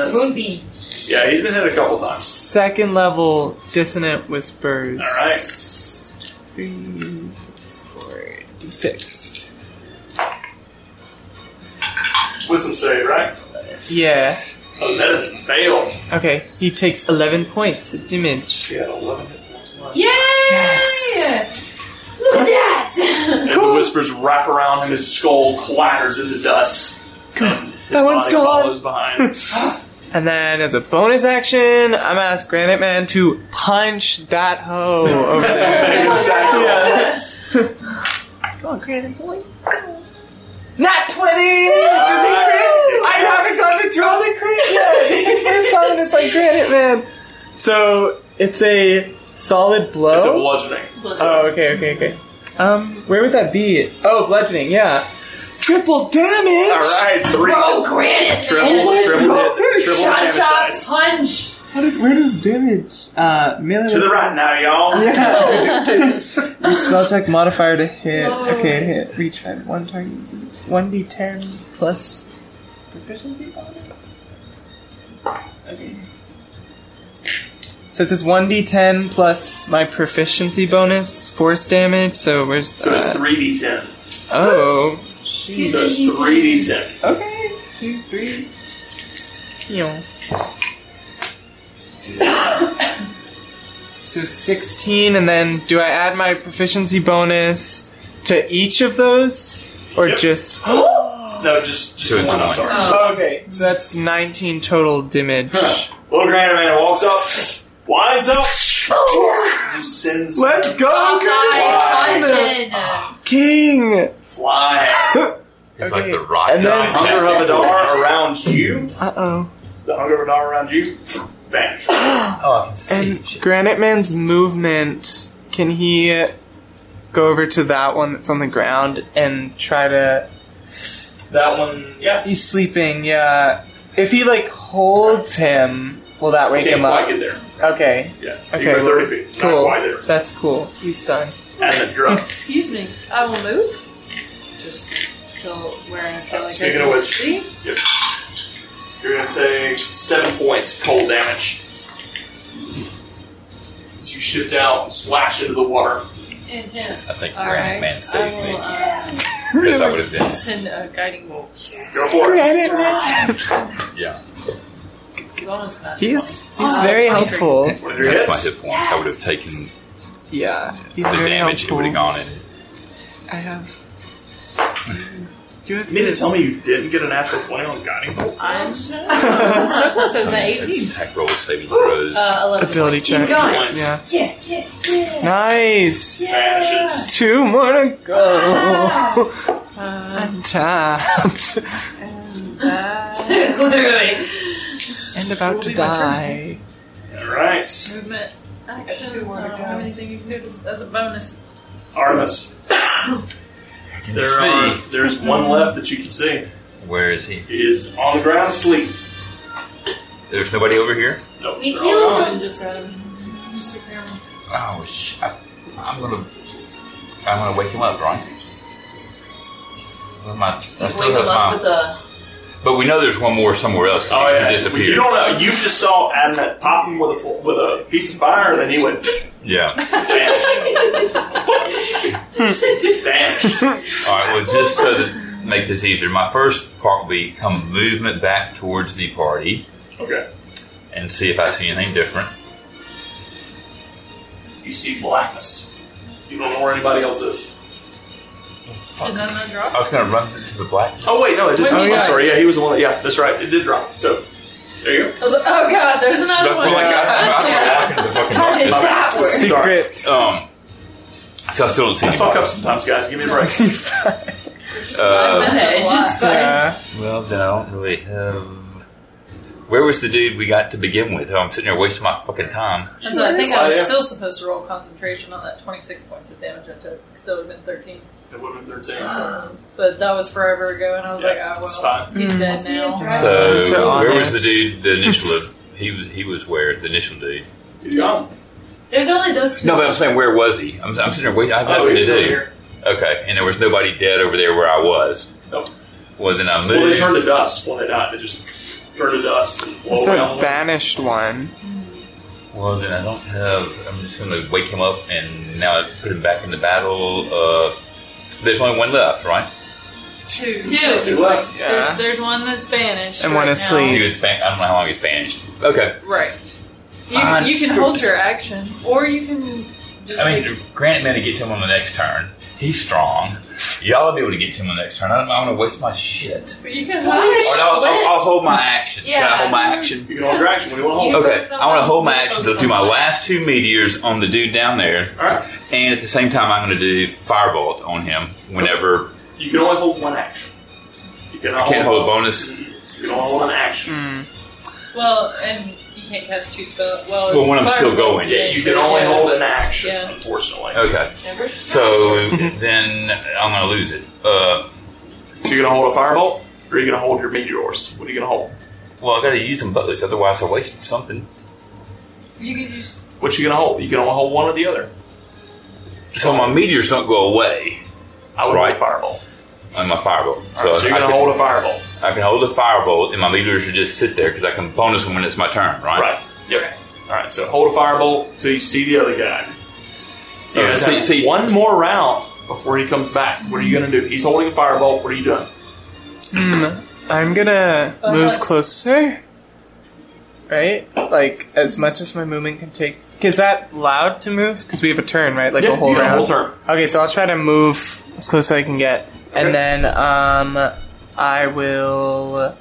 A: Adnan.
F: Moonbeam.
A: Yeah, he's been hit a couple of times.
B: Second level dissonant whispers.
A: All right.
B: Three, six, four, d6.
A: Wisdom save, right? Oh,
B: Yeah.
A: Eleven failed.
B: Okay. He takes 11 points of damage.
A: She had eleven hit points left.
E: Yay!
B: Yes.
E: Look at that!
A: As the whispers wrap around him, his skull clatters into dust. and his
B: that one's
A: body
B: gone.
A: Follows behind.
B: And then, as a bonus action, I'm gonna ask Granite Man to punch that hoe over there.
A: Yeah.
B: Come on, Granite Boy. Not 20! Does he crit? I haven't got control of the crit yet! It's the first time it's like Granite Man! So, it's a solid blow.
A: It's a bludgeoning.
B: Oh, okay, okay, okay. Um, where would that be? Oh, bludgeoning, yeah. Triple damage!
A: All right, three.
E: Oh, granite!
A: Triple,
E: man.
A: triple, hit, triple
E: Shot,
A: damage
E: shot,
A: dice.
E: punch!
B: What is, where does damage? Uh, melee.
A: To the right now, y'all.
B: Yeah. Your spell check modifier to hit. Okay, to hit. Reach five. One target. One d10 plus proficiency. Okay. So it's this one d10 plus my proficiency bonus, force damage. So where's
A: So it's
B: that?
A: three d ten.
B: Oh.
A: So it's three d ten.
B: Okay. Two, three. Yeah. so 16, and then do I add my proficiency bonus to each of those? Or
A: Yep.
B: just.
A: No, just just
D: Two
A: one.
D: and
A: I'm
D: one.
A: sorry.
B: okay. So that's 19 total damage.
A: Little Granite Man walks up, winds up, just sends
B: Let's
C: Oh,
B: go,
A: Why?
F: Nice
B: King!
F: punch. Uh,
B: King!
A: flying.
D: It's
B: Okay.
D: like the rock.
B: And then-
D: guy.
A: Hunger of Adar around you.
B: Uh oh.
A: The Hunger of Adar around you vanish.
D: Oh, I can see.
B: And Granite Man's movement, can he go over to that one that's on the ground and try to.
A: That one, yeah.
B: He's sleeping, yeah. If he, like, holds him, will that wake
A: Can't
B: him up?
A: quite get there.
B: Okay.
A: Yeah.
B: Okay.
A: You go
B: well,
A: 30 feet. Not
B: Cool.
A: quite there.
B: That's cool. He's done.
A: And then you're up.
C: excuse me. I will move. Just till where I feel like
A: Speaking
C: I
A: of
C: can
A: which-
C: see.
A: Yep. You're gonna take seven points of cold damage. As you shift out and splash into the water.
C: And yeah.
D: I think
C: All
D: Granite
C: right.
D: Man
C: I
D: saved me.
C: will. Uh,
D: Yes, I would have been.
C: Send a guiding bolt.
A: Go for it.
B: Reddit man.
D: Yeah.
C: It's almost not.
B: He's he's very helpful.
A: What are your
D: That's my
A: hits?
D: hit points. I would have taken
B: Yeah, he's
D: the
B: very
D: damage.
B: helpful.
D: It would have gone in.
B: I have. You have
A: You mean to
B: this.
A: tell me you didn't get a natural 20 on guiding bolt?
C: I'm so close. I was at
D: It's
C: 18.
D: attack rolls, saving throws.
C: Uh, 11.
B: ability check.
C: going.
A: Once.
B: Yeah,
E: Yeah, yeah, yeah.
B: nice.
A: Vanishes.
B: Two more to go. I'm tapped
F: Literally.
B: and about to die.
A: Alright.
C: Movement. Action.
E: two more to
C: I don't
E: go.
C: have anything you can do as, as a bonus.
A: Artemis. There are, there's one left that you can see.
D: Where is he?
A: He is on the ground asleep.
D: There's nobody over here.
A: Nope.
F: We
A: they're all gone.
C: Oh.
F: killed him.
C: just got him. Just a grandma.
D: Oh sh! I, I'm gonna, I'm gonna wake him up, right? Well, my, I still
F: Wake him up
D: have
F: with
D: my,
F: a.
D: but we know there's one more somewhere else.
A: Oh
D: that
A: yeah,
D: disappeared.
A: You don't know. You just saw Admet pop him with a fl- with a piece of fire, and then he went
D: Yeah.
A: vanish. vanish.
D: All right. Well, just so that make this easier, my first part will be come movement back towards the party
A: Okay.
D: and see if I see anything different.
A: You see blackness. You don't know where anybody else is.
D: Fuck.
C: Did none of that drop?
D: I was gonna run into the black.
A: Oh wait, no, it did.
C: Wait,
A: drop.
C: wait,
A: I'm
C: wait.
A: sorry. Yeah, he was the one. That, yeah, that's right. It did drop. So there you go.
F: I was like, oh god, there's another
D: Look,
F: one.
D: well, like, I, I'm
F: Yeah.
D: walking into the fucking
F: How did
D: darkness.
F: that work?
A: Sorry.
B: Secret.
D: Um. So I still don't see
A: I fuck
D: anybody.
A: up sometimes, guys. Give me a break.
D: Uh,
F: That's a lot.
E: Just
B: Yeah.
D: Well, then I don't really have. Where was the dude we got to begin with? Oh, I'm sitting here wasting my fucking time.
C: That's what I think I was
A: Yeah.
C: still supposed to roll concentration on that 26 points of damage I took, because that would have been 13.
A: It would have been thirteen.
C: But that was forever ago, and I was
A: Yeah,
C: like,
A: it's
C: oh, well,
A: fine.
C: he's dead
E: Mm.
C: now.
D: So
B: That's so
D: where was
B: honest.
D: the dude? The initial of he was he was where the initial dude.
A: He's gone.
F: There's only those two.
D: No, but I'm saying where was he? I'm, I'm sitting here waiting. I have
A: Oh,
D: nothing
A: he
D: to
A: was over
D: do.
A: here.
D: Okay, and there was nobody dead over there where I was.
A: Nope.
D: Well, then I
A: Well, they
D: moved.
A: turned to dust when they died. They just turned to dust. And
B: It's
A: blow away all
B: that
A: the-
B: banished one.
D: well, then I don't have. I'm just going to wake him up and now I put him back in the battle. Uh, there's only one left, right?
C: Two.
F: Two.
A: Two left.
B: Yeah.
C: There's, there's one that's banished.
B: And one
C: right
B: asleep.
D: He was. Ban- I don't know how long he's banished. Okay.
C: now. Right.
D: Fine.
C: You, you can hold your action, or you can just.
D: I mean, Grant man to get to him on the next turn. He's strong. Y'all will be able to get to him on the next turn. I don't, I want to waste my shit.
C: but you can
D: Or
C: hold.
D: I'll, I'll, I'll hold my action. Can I
F: Yeah.
D: hold my action?
A: You can hold your action when you want to hold. it.
D: Okay, I want to hold my action to do my last two meteors on the dude down there,
A: All right.
D: and at the same time, I'm going to do firebolt on him whenever
A: You can only hold one action. You cannot
D: I can't hold a bonus.
A: You can only hold an action.
B: Mm.
C: Well, and you can't cast two spells. Well,
D: Well,
C: it's
D: when I'm still
C: fireballs,
D: going.
C: yeah,
A: You can only
C: yeah.
A: hold an action,
C: Yeah.
A: unfortunately.
D: Okay, so then I'm going to lose it. Uh,
A: So you're gonna hold a firebolt, or you're gonna hold your meteors. What are you gonna hold?
D: well, I got to use them both, otherwise I waste something.
C: You can use.
A: What you gonna hold? You can only hold one or the other.
D: So my meteors don't go away
A: I would
D: Right.
A: hold a firebolt.
D: on my firebolt.
A: All right, so you're
D: I
A: gonna
D: can-
A: hold a firebolt,
D: I can hold a firebolt, and my meteors should just sit there because I can bonus them when it's my turn, right?
A: right? Yep. All right. So hold a firebolt until you see the other guy. You
D: All right,
A: guys
D: see-
A: have
D: see-
A: one more round before he comes back. What are you gonna do? He's holding a firebolt. What are you doing?
B: Mm. I'm gonna move closer. Right? Like, as much as my movement can take. Is that allowed to move? Because we have a turn, right? Like
A: Yeah,
B: a whole
A: you got a
B: round.
A: whole turn.
B: Okay, so I'll try to move as close as I can get.
A: Okay.
B: And then, um, I will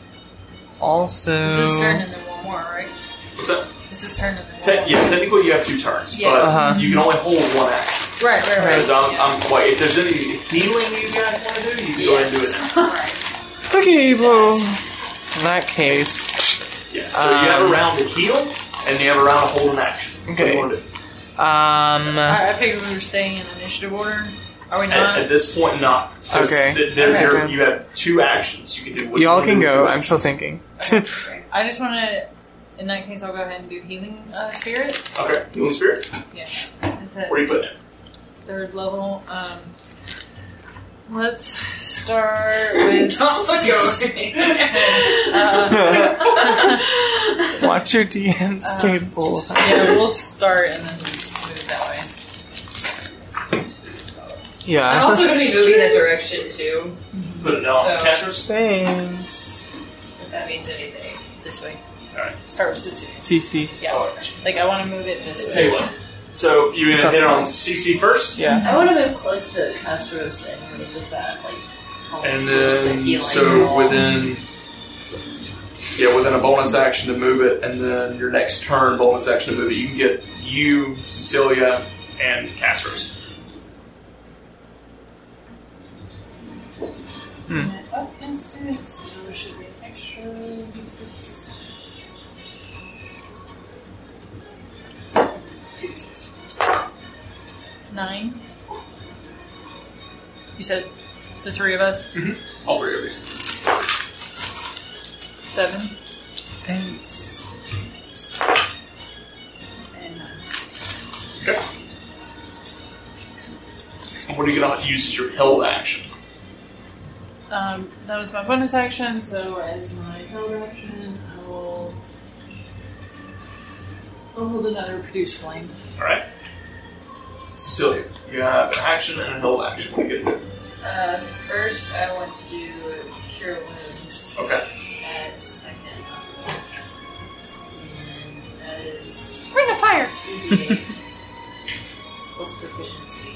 B: also.
C: This is turn and then one more, right?
A: What's that?
C: This is turn and then
A: Te-
C: one more.
A: yeah, technically you have two turns,
C: Yeah.
A: but
B: Uh-huh.
A: you can only hold one action.
C: Right, right, right.
A: So I'm,
C: yeah.
A: I'm quite. If there's any healing you guys want to do, you can go ahead and do it. Now.
C: Right.
B: Okay, well. In that case,
A: Yeah. So you have a
B: Um,
A: round to heal, and you have a round to hold an action. What do
B: Okay.
A: you want to do?
B: um.
C: I, I figured we were staying in initiative order. Are
F: Uh,
C: we
A: At,
C: not?
A: at this point, not. 'Cause
B: Okay.
A: th- there's
C: Okay.
A: There, you have two actions. You can do. What you
B: Y'all
A: wanna
B: can
A: do with
B: go.
A: your
B: I'm still
A: actions.
B: thinking.
C: I just want to. In that case, I'll go ahead and do healing uh, spirit.
A: Okay. Healing spirit.
C: Yeah, it's at
A: Where are you putting it?
C: third level. Um, let's start with. uh,
B: Watch your DM's table.
C: yeah, we'll start and then just move that way.
B: Yeah.
F: I'm also going to be moving that direction too,
A: Put it down on
F: So-
A: casters.
B: Thanks.
F: if that means anything.
C: This way.
A: Alright.
C: Start with Sicily.
B: TC.
C: Yeah. Like, I want to move it this
A: Oh, Tell
C: way.
A: you what. So you're gonna hit on CC first,
B: Yeah.
F: I want to move close to Casros and what is it that like? helps
A: and
F: with the
A: then
F: healing
A: so
F: wall.
A: within yeah within a bonus action to move it, and then your next turn bonus action to move it. You can get you, Cecilia, and Castros.
C: Up constant, so there should be an extra D6. D6. Nine. You said the three of us?
A: All three of you.
C: Seven.
B: Thanks.
C: And nine.
A: Okay. And what are you gonna use as your held action?
C: Um, that was my bonus action, so as my held action, I will. I'll hold another produce flame.
A: All right, Cecilia, you have an action and a held action. What do you get?
F: Uh, first, I want to do cure wounds.
A: Okay.
F: At second level. And that is
C: Ring of fire!
F: 2d8 plus proficiency.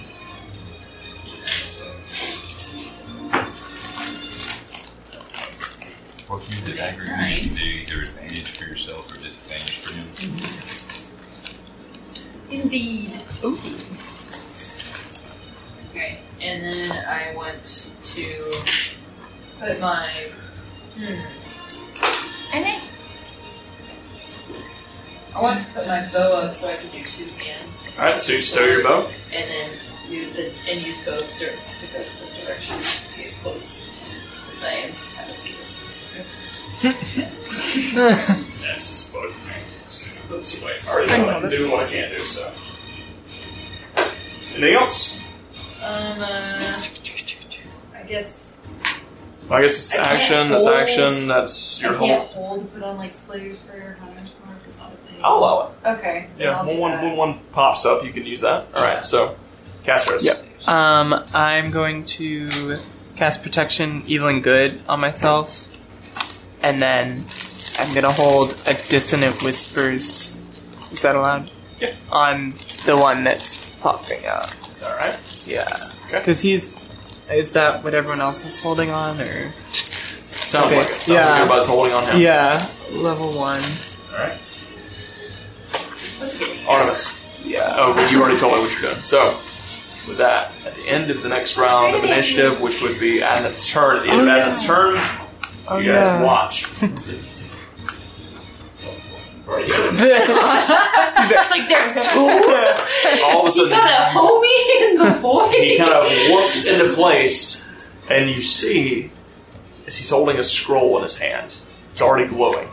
D: What can you do? Dagger you can do either advantage for yourself or disadvantage for him.
F: Indeed. Okay, and then I want to put my. Hmm. I think. I want to put my bow up so I can do two hands.
A: All right, so you stow your bow.
F: and then use the, and use both dir- to go to this direction to get close, since I am kind of secret.
A: That's just boat. That's the way. I already know what I can do and what I can't do, so. Anything else?
F: Um, uh, I guess
A: Well, I guess it's
F: I can't
A: action, that's
F: hold.
A: action, that's your
F: I
A: whole.
F: can't hold, but on like Slayer's Prayer, Hunter's Mark, it's not a thing.
A: I'll allow
F: Okay.
A: it.
F: then
A: Yeah,
F: I'll
A: when
F: do
A: one,
F: that.
A: when one pops up, you can use that. Alright, so. Castros.
B: Yep. Um, I'm going to cast protection, evil and good on myself, and then I'm gonna hold a dissonant whispers. Is that allowed?
A: Yeah.
B: On the one that's popping up.
A: Alright.
B: Yeah.
A: Okay.
B: Because he's. Is that what everyone else is holding on, or?
A: Sounds
B: Okay,
A: like it. Sounds
B: yeah.
A: like everybody's holding on him.
B: Yeah. Level one.
A: Alright. Artemis.
B: Yeah.
A: Oh, but you already told me what you're doing. So, with that, at the end of the next round of initiative, which would be Adnet's turn, at the end
B: Oh,
A: of
B: yeah.
A: Adnet's turn,
B: Oh,
A: you guys
B: yeah.
A: watch. Alright, yeah.
F: It's like there's two.
A: all of a
F: You
A: sudden
F: got a homie in the void.
A: he kind of warps into place and you see as he's holding a scroll in his hand it's already glowing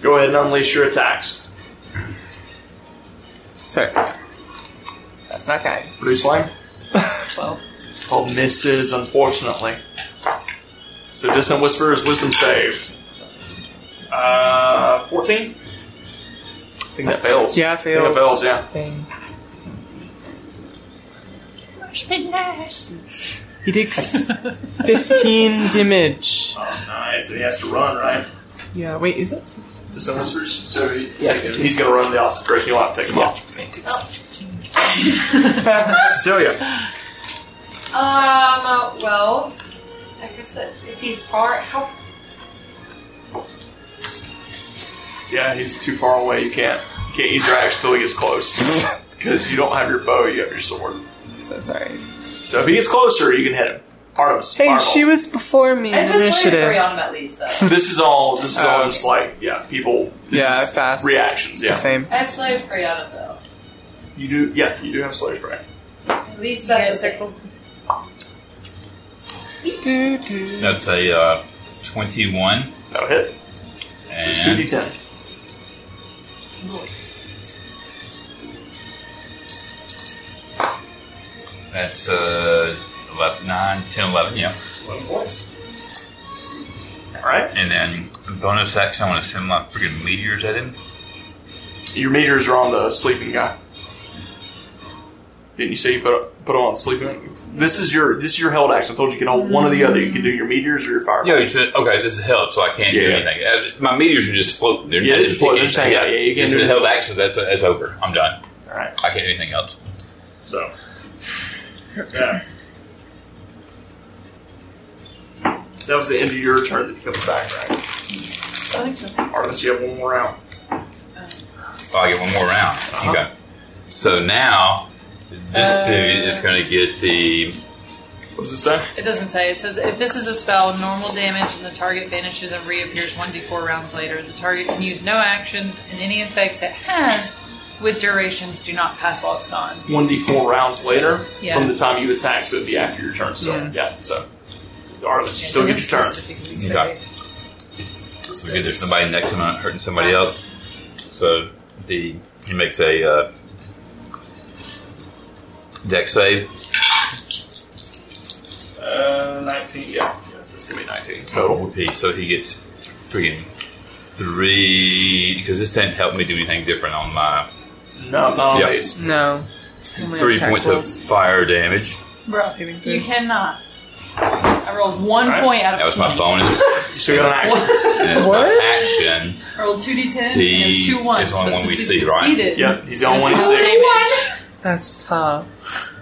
A: go ahead and unleash your attacks
B: Sorry. That's not kind.
A: produce flame
B: Twelve.
A: well misses unfortunately so distant whispers wisdom saved uh 14 I think that fails
B: Yeah,
A: I think that
B: fails.
A: fails yeah
B: Thing.
C: Nice.
B: He takes 15 damage.
A: oh nice and he has to run right
B: Yeah, wait, is that six?
A: distant whispers so he,
B: Yeah.
A: he's gonna run the opposite direction you'll have to take him off Cecilia
E: Um, well, I guess that if he's far, how
A: Yeah, he's too far away. You can't you can't use your axe till he gets close because you don't have your bow. You have your sword.
B: so sorry.
A: So if he gets closer, you can hit him. Artemis.
B: Hey,
A: fireball.
B: she was before me
F: I
B: in
F: put Slayer Prayer
B: initiative.
F: on him at least, though.
A: This is all. This is all
B: Oh,
A: just like yeah, people. This
B: Yeah,
A: is
B: fast.
A: reactions. Yeah,
B: The same.
F: I have Slayer's Prayer on him, though.
A: you do. Yeah, you do have slayer's spray.
F: At least
C: That's
F: that's
C: a
F: a
C: circle.
B: Do, do.
D: That's a uh, 21.
A: That'll hit. So it's two d
D: And
A: ten.
F: voice.
D: that's uh, 11, 9, 10, 11, yeah.
A: Eleven points. All right,
D: And then bonus action, I want to send my freaking meteors at him.
A: your meters are on the sleeping guy. Didn't you say you put put on sleeping? This is your this is your held action. I told you you can hold one or the other. You can do your meteors or your fire.
D: Yeah, you should- okay, this is help, so I can't do
A: Yeah.
D: anything. Uh, My meteors are just floating. They're
A: Yeah, they're just floating. They're just hanging out. Yeah, you can't
D: this
A: do
D: is
A: anything.
D: held action. That's, that's over. I'm done.
A: All right.
D: I can't do anything else.
A: So. Yeah. That was the end of your turn that you come back, right?
C: I think so.
A: Artemis, you have one more round.
D: Oh, I get one more round.
A: Uh-huh.
D: Okay. So now this
C: Uh,
D: dude is going to get the.
A: What does it say?
C: It doesn't say. It says if this is a spell, normal damage, and the target vanishes and reappears 1d4 rounds later. The target can use no actions, and any effects it has with durations do not pass while it's gone.
A: One d four rounds later
C: Yeah.
A: from the time you attack, so it'd be after your turn. So yeah, so Artemis, you
C: It
A: still get
C: doesn't
A: your turn.
C: specifically say.
D: It's good. There's somebody next to him not hurting somebody else. So the he makes a uh, deck save.
A: Uh, nineteen. Yeah, yeah that's gonna be nineteen
D: total repeat, so he gets freaking three because this didn't help me do anything different on my
A: No, not on
D: Yeah.
A: these.
B: No. Only
D: three
B: attack
D: points
B: rolls.
D: of fire damage.
C: Bro,
B: Saving
C: you
B: throws.
C: cannot. I rolled one
A: Alright.
C: point out of
D: That was my
C: 20.
D: bonus.
A: You still got an action.
D: And it's
B: What?
D: my action.
C: I rolled 2d10
D: The-
C: and it's two ones.
D: it's the only
C: but
D: one we
C: since
D: see,
C: he
D: right?
C: succeeded,
A: Yep, he's the only one you
C: it's
A: see.
C: damage.
B: That's tough.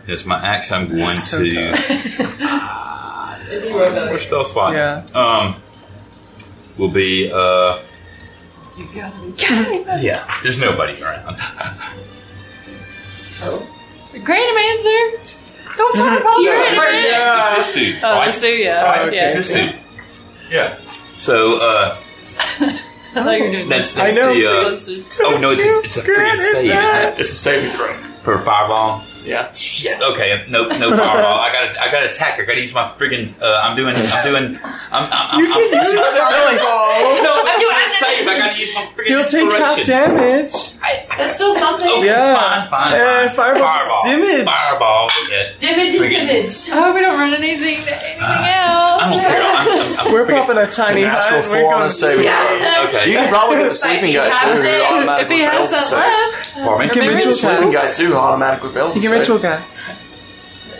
D: It's my action. I'm going
B: That's so
D: to.
F: If you wrote
D: More
F: that,
D: spell slot.
B: Yeah.
D: Um, will be. Uh,
C: You gotta be
D: yeah. There's nobody around.
C: kidding. Great man's there. Don't talk about
F: Yeah.
C: Great Man.
D: It's this dude.
C: Oh,
D: right?
C: the Sioux, yeah.
D: Right,
B: okay.
C: yeah.
D: It's this dude. Yeah. So
C: I
D: uh,
C: thought you were doing
D: that's,
B: I
D: that's
B: know.
D: the. Uh, oh no! It's a, it's a freaking save isn't it?
A: It's a saving throw.
D: uh, for fireball.
A: Yeah.
D: Yeah. Okay. No. No fireball. I got. to I got to attack. I got to use my friggin'. Uh, I'm doing. I'm doing. I'm. I'm.
B: You
D: I'm, I'm
B: can use fireball.
D: no, I'm doing a save. I got to use my friggin'
B: You'll take half
D: inspiration.
B: damage.
F: that's still something.
D: Okay,
B: Yeah.
D: Fine. Fine.
B: Uh,
D: fine.
B: fireball is
D: Fireball.
B: damage.
D: Fireball. Yeah.
F: Damage is damage.
C: I hope we don't run anything to anything else.
D: Uh, I don't care. I'm, I'm, I'm
B: We're
D: friggin-
B: popping a tiny hut.
A: natural
B: and We're
A: four on
B: going
A: a saving
F: Yeah.
D: Okay.
A: You can probably get the sleeping guy too, who
C: if he
A: automatically
C: has
A: fails the
C: that
A: save.
C: left,
D: Pardon me?
B: Can
C: remember
B: ritual
C: the
A: Sleeping
B: cast?
A: guy too
C: spells?
A: automatically fails
B: You
A: the
B: can
A: save.
B: ritual cast,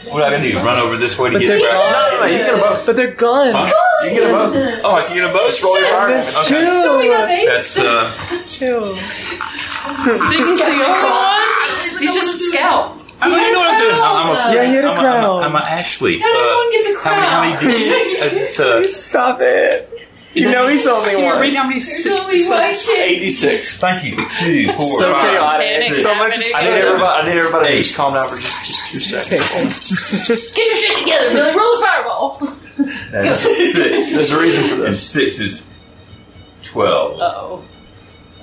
D: What I gonna do? Run over this way to
B: but
D: get
B: they're
D: where? I-
A: No, no, no, you
B: gone.
A: can get them both.
B: But they're gone.
A: You can get them both.
D: Oh, I should get a bonus roll.
A: Roll your fire
B: Then
A: damage.
B: Chill,
D: That's uh,
B: chill.
C: think he's the only one. He's just a scout.
D: I don't even know what I'm doing. I'm, I'm a,
B: Yeah, he had
D: I'm a,
B: a
D: I'm a,
B: crown.
D: I'm a Ashley.
F: How did
D: Uh,
F: everyone get the
D: how many? How many? D6?
F: crown?
D: Uh, It's uh,
B: Stop it. You know he's the only
D: Can you
B: one.
D: read how many?
F: There's
D: six-
F: only one kid.
A: 86.
D: Thank you. Two, four,
B: So
D: five,
B: chaotic.
D: six.
B: So much is
A: I need
B: good.
A: everybody, I need everybody to
D: Eight.
A: just calm down for just, just two seconds.
F: Get your shit together, Billy. Roll a fireball.
D: That's six.
A: There's a reason for
D: And
A: this.
D: six is 12,
C: Uh-oh.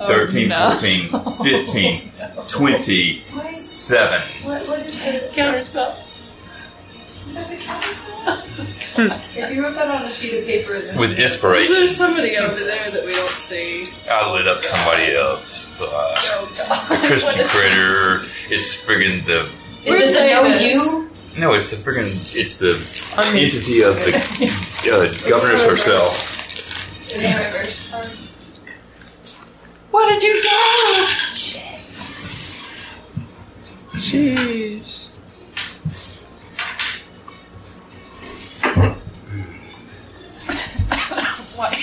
C: Oh,
D: 13,
C: no.
D: 14, 15, 20,
E: What is
D: 7.
E: what? What is the?
C: Counter spell.
E: If you wrote that on a sheet of paper, then
D: With
C: Is
D: inspiration,
C: there somebody over there that we don't see?
D: I lit up somebody else. Uh,
C: Oh, God.
D: Crispy Critter. It's friggin' the.
F: Is
C: Where's
F: it know
C: Davis?
F: you?
D: No, it's the friggin'. It's the entity of the uh, governess herself.
E: in the reverse card.
F: What did you do?
B: Sheesh.
C: What?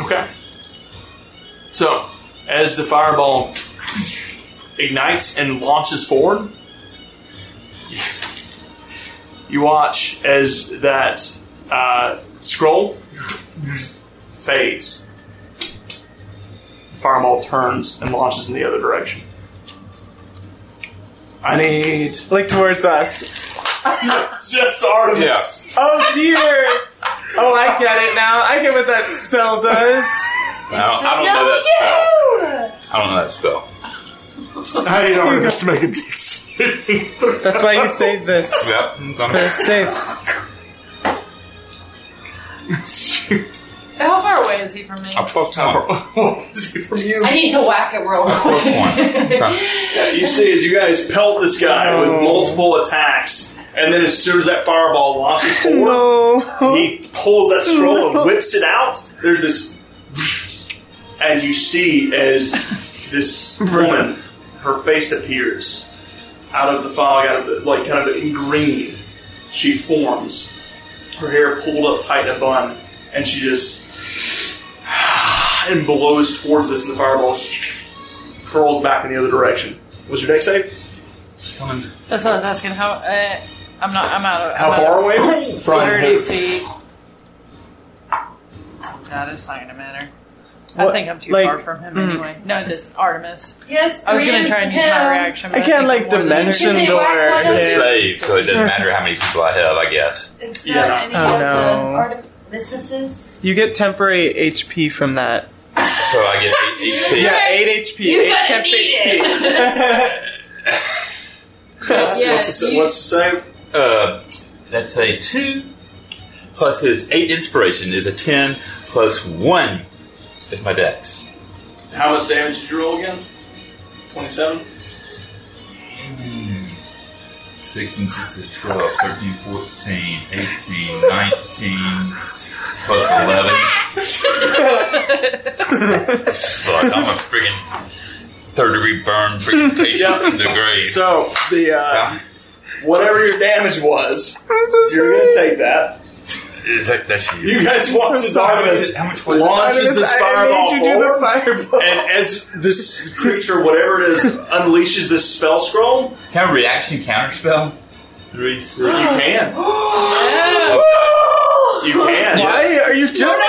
A: Okay. So, as the fireball ignites and launches forward, you watch as that uh, scroll fades. Fireball turns and launches in the other direction. I need
B: Like towards us.
A: just Artemis.
B: Oh dear. Oh, I get it now. I get what that spell does.
D: I don't, I don't know that spell. I don't know that spell.
A: I need Artemis to make a deck saving throw.
B: That's why you save this.
D: Yep.
B: For a
D: I'm-
B: save.
C: How far away is he from me?
D: I'm plus one.
A: What was it from you?
F: I need to whack it real
D: Plus one.
F: quick.
D: Okay.
A: Yeah, you see as you guys pelt this guy with multiple attacks, and then as soon as that fireball launches forward,
B: No.
A: he pulls that scroll and whips it out. There's this and you see as this woman, her face appears out of the fog, out of the like kind of in green. She forms, her hair pulled up tight in a bun, and she just and blows towards this, and the fireball curls back in the other direction. What's your deck save?
D: She's coming.
C: That's what I was asking. How? Uh, I'm not. I'm out of.
A: How
C: I'm
A: far away?
C: out Of 30 feet. No, that's not gonna matter. I
B: What-
C: think I'm too
B: like-
C: far from him
B: Mm.
C: anyway. No, this Artemis.
F: Yes,
C: I was gonna
F: Graham,
C: try and use my
F: hell.
C: reaction. but
B: I can't
C: think
B: like
C: more than that.
B: dimension
F: Can they
B: door.
F: whack one of
B: and-
F: those?
D: Save, so it doesn't matter how many people I have, I guess.
F: It's
A: Yeah.
F: not any
B: Oh,
F: of
B: no.
F: the Artemises.
B: You get temporary HP from
D: So
B: that.
D: I get 8 HP.
B: Yeah, eight HP.
F: You
B: eight
F: gotta
B: temp
F: need
B: HP.
A: What's,
F: Yeah,
A: what's, the,
F: you-
A: what's the save?
D: Uh, that's a 2 plus his 8 inspiration is a 10 plus 1 is my dex.
A: How much damage did you roll again? Twenty-seven.
D: 6 and 6 is 12, 13, 14, 18, 19, plus 11. Fuck, I'm a friggin' third degree burn friggin' patient
A: Yeah.
D: in the grave.
A: So the uh,
D: Yeah.
A: whatever your damage was,
B: I'm so
A: you're
B: sorry.
A: gonna take that.
D: Is that, that's you.
A: You guys watch
B: so
A: as
B: sorry.
A: Artemis
D: How much was it?
A: launches this
B: I-
A: fireball
B: I made you do the
A: forward,
B: fireball.
A: and as this creature, whatever it is, unleashes this spell scroll.
D: Can I reaction counterspell? 3, 6.
A: You can, you can.
B: Why are you just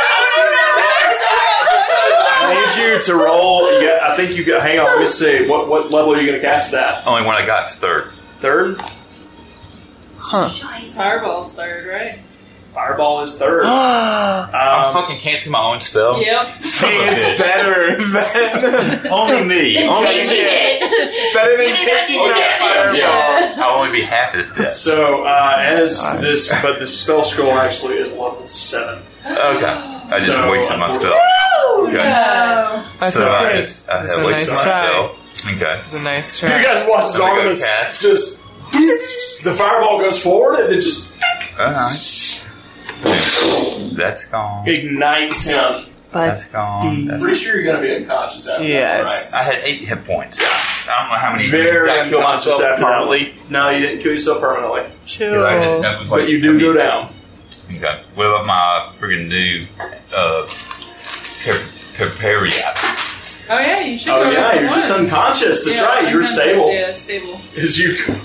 A: I need you to roll. You got, I think you got. Hang on, let me see. What what level are you gonna cast that?
D: Only one I got is third.
A: Third.
C: Fireball's third, right?
A: Fireball is third.
B: asking?
D: I'm
A: Um,
D: fucking canceling my own spell.
C: Yep.
D: Son of a bitch.
B: it's better than
D: Only me. Only
B: taking
D: me.
B: it's better than taking that fireball.
D: Yeah. I'll only be half his death.
A: so uh, as
B: Nice.
A: this, but this spell scroll actually is level seven.
D: Okay. I just
A: So, uh,
D: wasted my spell. Okay.
B: That's
D: so I
B: okay.
D: just I
B: That's
D: have
B: a
D: wasted
B: nice
D: my
B: try.
D: spell. Okay.
B: It's a nice
A: You
B: try.
A: guys watch as
D: I'm gonna go
A: Artemis
D: cast.
A: just the fireball goes forward and then just
D: Alright. That's gone.
A: ignites him.
D: That's gone. That's
A: Pretty sure you're gonna be unconscious after
B: Yes.
A: that,
D: I had eight hit points. I don't know how many.
A: right? Very
D: Did I kill
A: unconscious
D: myself
A: after
D: permanently?
A: that. No, you didn't kill yourself permanently,
B: Chill.
D: Yeah, I did. That was like,
A: but you do
D: I mean,
A: go down.
D: Okay. What about my friggin' new uh, per- Perperia?
C: Oh yeah, you should.
A: Oh
C: go with
A: yeah,
C: the
A: you're
C: one.
A: just unconscious. That's
C: Yeah,
A: right. You're
C: unconscious,
A: stable
C: Yeah, stable.
A: as you. go-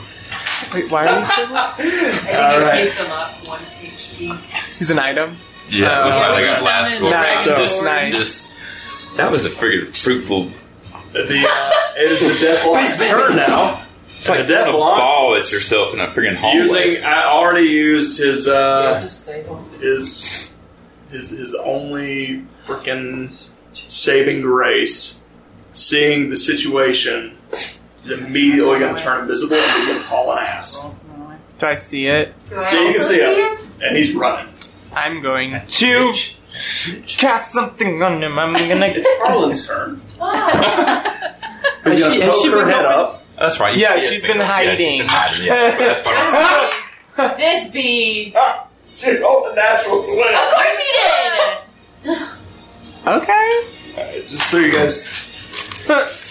B: Wait, why are you so
F: I think
A: All
F: it
A: right.
F: takes them up one HP.
B: He's an item.
D: Yeah, it was
B: Uh,
D: like
C: yeah,
D: our last
C: just
D: go
B: down in
D: round.
B: the
D: Just,
B: nice.
D: just that was a friggin' fruitful.
A: The uh, it is the Deathlock's turn now.
D: It's
A: the
D: like throwing a
A: Deathlock
D: ball at yourself in a friggin' hallway.
A: using. I already used his uh,
C: just stable.
A: his his his only freaking saving grace. Seeing the situation, is immediately going to turn invisible and he's going to call an ass.
B: Do I see it?
F: Do I
A: Yeah, you
F: also
A: can see
F: see
A: him, and he's running.
B: I'm going to cast something on him. I'm gonna.
A: It's Harlan's turn.
B: Has
A: He's going
B: she-
A: to
B: has she
A: poke her
B: been
A: head
B: open?
A: up.
D: That's right. you see
B: Yeah,
D: it.
B: she's been
D: Yeah, she's
B: hiding.
D: been hiding. Yeah, that's fine.
F: This bee.
A: Ah, shit! Oh, the natural twin.
F: Of course you did.
B: Okay.
A: Alright, Just so you guys,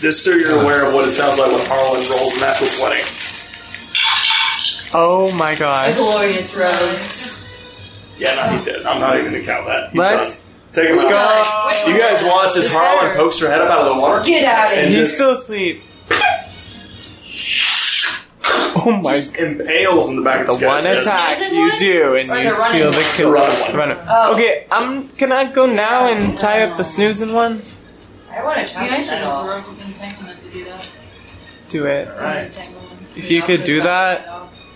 A: just so you're aware of what it sounds like when Harlan rolls a natural twenty.
B: Oh my
F: A
B: god.
F: glorious rose.
A: Yeah, no, he did. I'm not even gonna count that. He's
B: Let's
A: done. take him out.
F: Which
A: You
F: one?
A: guys watch as
F: It's
A: Harlan
F: better.
A: pokes her head up out of the water.
F: Get out of
A: And
F: here.
B: He's still asleep. Oh my
A: Just impales in the back of
B: The
A: this guy's
B: one
A: head.
B: attack
F: Using
B: you
F: one?
B: do, and
F: Or
B: you
F: the running
B: steal the
F: one?
B: kill.
A: The running one.
B: Running.
F: Oh.
B: Okay, I'm. Can I go now and tie up the snoozing one?
F: I want to
C: You
F: challenge
C: guys should
F: that
C: use the
F: all.
C: rope of entanglement to do that.
B: Do it.
A: Alright.
B: If you could do that,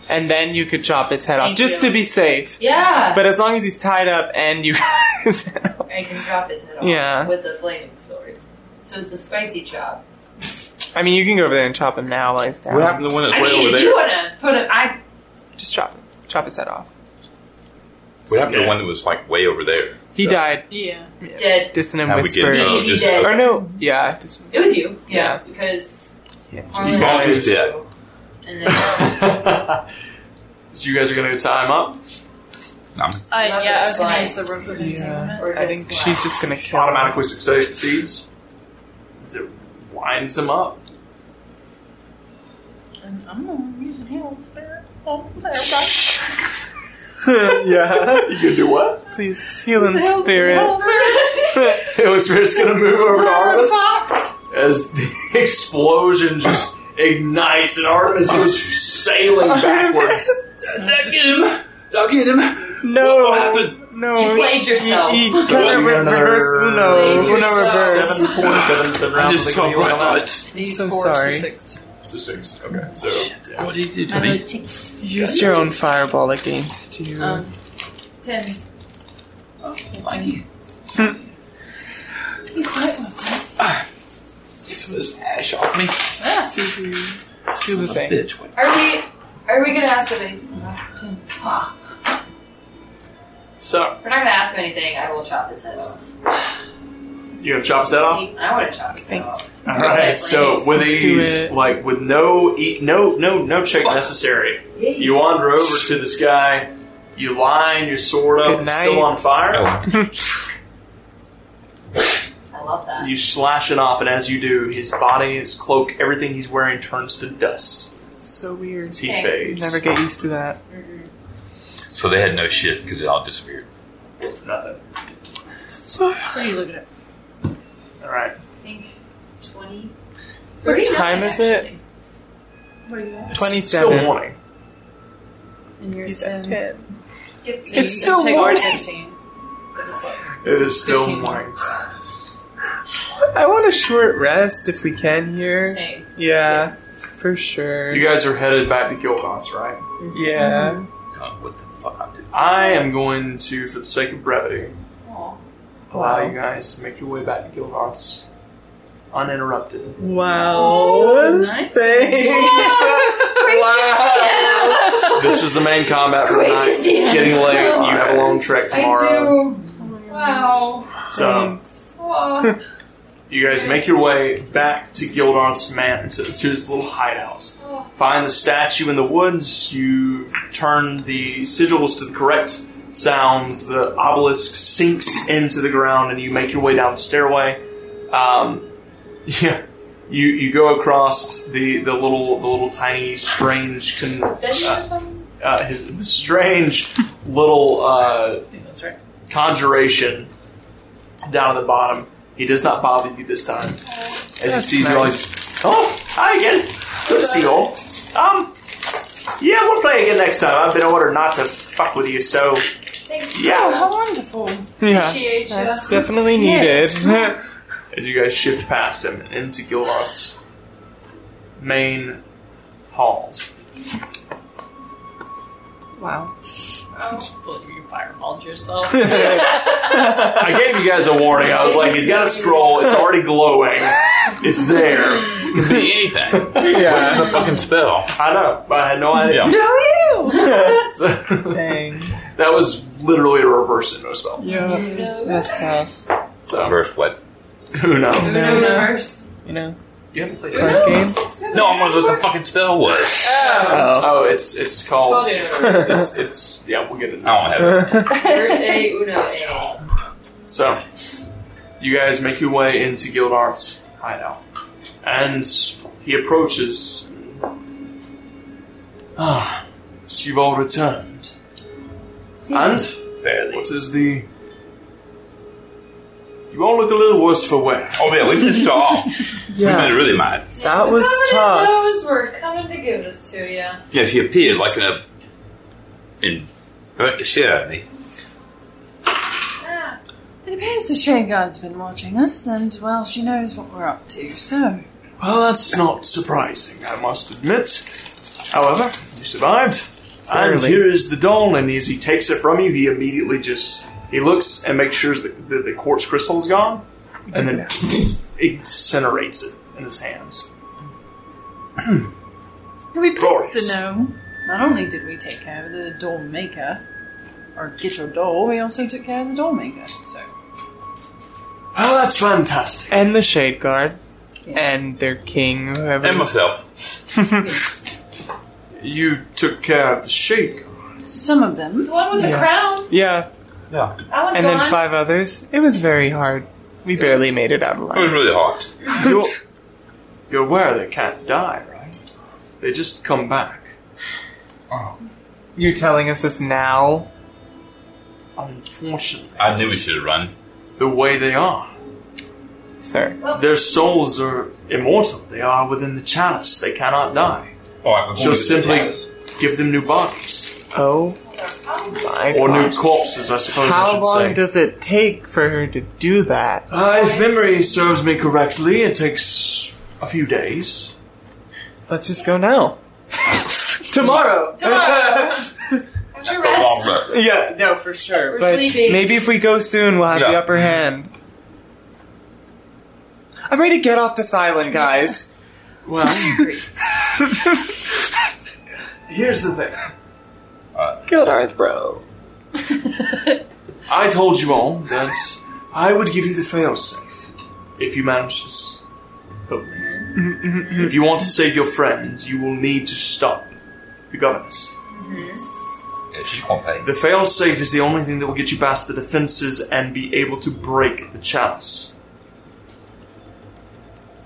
B: and then you could chop his head off,
F: Thank
B: just
F: you.
B: to be safe.
F: Yeah.
B: But as long as he's tied up and you. his head off.
F: I can chop his head off
B: Yeah.
F: with the flaming sword. So it's a spicy chop.
B: I mean, you can go over there and chop him now while he's down.
D: What happened to the one that's
F: I
D: way
F: mean,
D: over
F: if
D: there?
F: you want to put it, I
B: Just chop him. Chop his head off.
D: What happened to
A: Yeah.
D: the one that was like way over there?
B: He
D: So-
B: died.
C: Yeah.
F: did.
B: Dissonant
D: How we get
B: whisper.
D: those?
F: He
D: Just-
F: did.
B: Or no, yeah. Dis-
F: It was you.
B: Yeah.
F: Yeah. Because
B: Yeah.
F: Harlan
D: Bones
F: was
D: is dead.
F: And then
A: so you guys are gonna tie him up.
D: No.
C: I,
F: Love
C: yeah,
F: it
C: I was going to use
F: sliced.
C: the rope of
B: Yeah,
C: entanglement.
F: Or
B: I
F: just
B: think
F: slash.
B: she's just gonna kill
A: automatically succeeds. As it winds him up.
C: And I'm going to use the healing spirit. Oh, okay.
B: yeah,
A: You can do what?
B: please healing spirit.
A: It was just going to move over to Artemis
C: Fox.
A: as the explosion just ignites and Artemis goes sailing backwards. I'll get him. I'll get him. What
B: No,
A: happened?
B: no.
F: You played yourself.
B: You, you
A: So
B: kinda
A: what, you
B: re-
A: got another
B: reverse Uno. Uno
F: Played yourself.
B: reverse.
A: Seven points, seven, seven rounds. I think it'll be around that.
C: These
B: So
C: fours to
B: sorry.
C: Six.
A: So six. Okay. So
D: What did you do to
C: Another
D: me?
C: tick.
B: Use your own fireball against you.
C: Um, ten.
D: Mikey. Get some of this ash off me.
B: Susie, do the
D: Son of a
B: thing.
D: bitch.
E: Are we? Are we gonna ask him anything?
C: Ten.
E: Huh.
A: so
F: If we're not gonna ask him anything, I will chop his head off.
A: you gonna chop his head off?
F: I want to chop his head
B: Oh. Thanks.
F: off.
A: All right. So with
B: Let's do
A: these,
B: it.
A: like with no eat, no no no check necessary, you wander over to this guy. You line your sword up,
B: Good
A: it's still
B: night.
A: on fire.
D: Oh,
F: I love that.
A: You slash it off, and as you do, his body, his cloak, everything he's wearing turns to dust
B: It's so weird.
A: as he
F: Okay.
A: fades.
B: Never get used to that.
D: so they had no shit because it all disappeared.
A: Nothing.
B: So,
C: What are you looking at?
A: All right.
F: I think 20.
B: what time is it?
C: Where are you at?
A: It's Still
B: 27.
A: morning.
C: And you're
B: He's
C: 10.
B: at 10.
C: So
B: It's
C: you can
B: still
C: take all
B: morning.
C: 15.
A: It is still
C: 15.
A: morning.
B: I want a short rest if we can here.
C: Same.
B: Yeah, for sure.
A: You guys are headed back to Gilgoth's, right?
B: Yeah.
F: Mm-hmm.
D: Uh, what the fuck I'm doing?
A: I am going to, for the sake of brevity,
F: Aw.
A: allow
B: Wow.
A: you guys to make your way back to Gilgoth's uninterrupted.
B: Wow.
C: nice.
B: Thanks. wow.
A: this was the main combat for the
F: Gracious
A: night. It's
F: dear.
A: getting late. You have a long trek tomorrow.
F: Wow.
A: So
B: Thanks.
F: Aw.
A: you guys make your way back to Gildarth's man to, to his little hideout. Find the statue in the woods. You turn the sigils to the correct sounds. The obelisk sinks into the ground, and you make your way down the stairway. Um, yeah, you you go across the, the little the little tiny strange con, uh, uh, his the strange little uh,
C: That's right.
A: conjuration down at the bottom. He does not bother you this time. As he
B: That's
A: sees you,
B: nice.
A: all, he's, oh, hi again. Good to see you all. Um, yeah, we'll play again next time. I've been ordered not to fuck with you, so
F: Thanks.
A: yeah.
C: How wonderful.
B: Yeah.
F: Appreciate ya.
B: That's definitely needed.
A: As you guys shift past him and into Gilroth's main halls.
B: wow.
C: Oh. You fireballed yourself.
A: I gave you guys a warning. I was like, he's got a scroll. It's already glowing. It's there.
D: Could be anything.
B: Yeah.
D: What a fucking spell.
A: I know. but I had no idea. So,
B: Dang.
A: that was literally a reverse Inno spell.
B: Yeah. That's tough.
A: So
D: Verse what?
A: who knows?
B: No, no.
F: Universe.
B: You know,
A: You haven't played
B: card game.
D: No, I'm wondering what the fucking spell was.
A: Oh, it's it's
F: Called
A: called. It's,
F: Universe.
A: it's yeah. We'll get into that.
D: I don't have it.
F: Verse A, Uno A.
A: So you guys make your way into Gildarth's hideout, and he approaches. Ah, so you've all returned. And
D: Barely.
A: what is the? You all look a little worse for wear.
D: Oh yeah, we pissed off. We've
B: Yeah.
D: been really mad.
B: That was
F: How
B: tough.
F: many those were coming to give us to you?
D: Yeah, she appeared like in a in hurt the shit out of me.
F: Ah,
C: It appears the Shagan's been watching us, and well, she knows what we're up to, so.
A: Well, that's not surprising, I must admit. However, you survived. And
B: Barely.
A: here is the doll, and as he takes it from you, he immediately just he looks and makes sure that the, the quartz crystal is gone, and then incinerates it in his hands.
C: You'll be pleased
A: Glorious.
C: to know not only did we take care of the doll maker, or get your doll, we also took care of the doll maker, so.
A: Well, that's fantastic.
B: And the Shade Guard.
C: Yes.
B: And their king,
D: Mm.
B: whoever.
D: And myself.
A: You took care of the shade guard.
C: Some of them.
F: The one with the
B: Yes.
F: crown.
B: Yeah,
D: Yeah.
F: That one's
B: and
F: gone.
B: then five others. It was very hard. We barely made it out
D: It was
B: alive.
D: really hot.
A: You're, you're aware they can't die, right? They just come back.
B: You're telling us this now?
A: Unfortunately,
D: I knew we should have run.
A: the way they are.
B: Sir.
A: Their souls are immortal. They are within the chalice. They cannot die.
D: Oh, I'm
A: So simply give them new bodies
B: Oh my
A: or new
B: gosh.
A: corpses, I suppose I
B: How
A: should
B: long
A: say.
B: does it take for her to do that?
A: Uh, if memory serves me correctly, it takes a few days.
B: Let's just go now. Tomorrow.
F: After rest.
B: yeah, no, for sure.
F: We're
B: but
F: sleeping.
B: maybe if we go soon, we'll have the
D: Yeah.
B: upper
A: Mm-hmm.
B: hand. I'm ready to get off this island, guys.
A: Well, here's the thing.
D: uh,
B: Gildarth, bro.
A: I told you all that I would give you the failsafe if you manage this. But if you want to save your friends, you will need to stop the governess.
D: Yeah, she won't pay.
A: The failsafe is the only thing that will get you past the defenses and be able to break the chalice.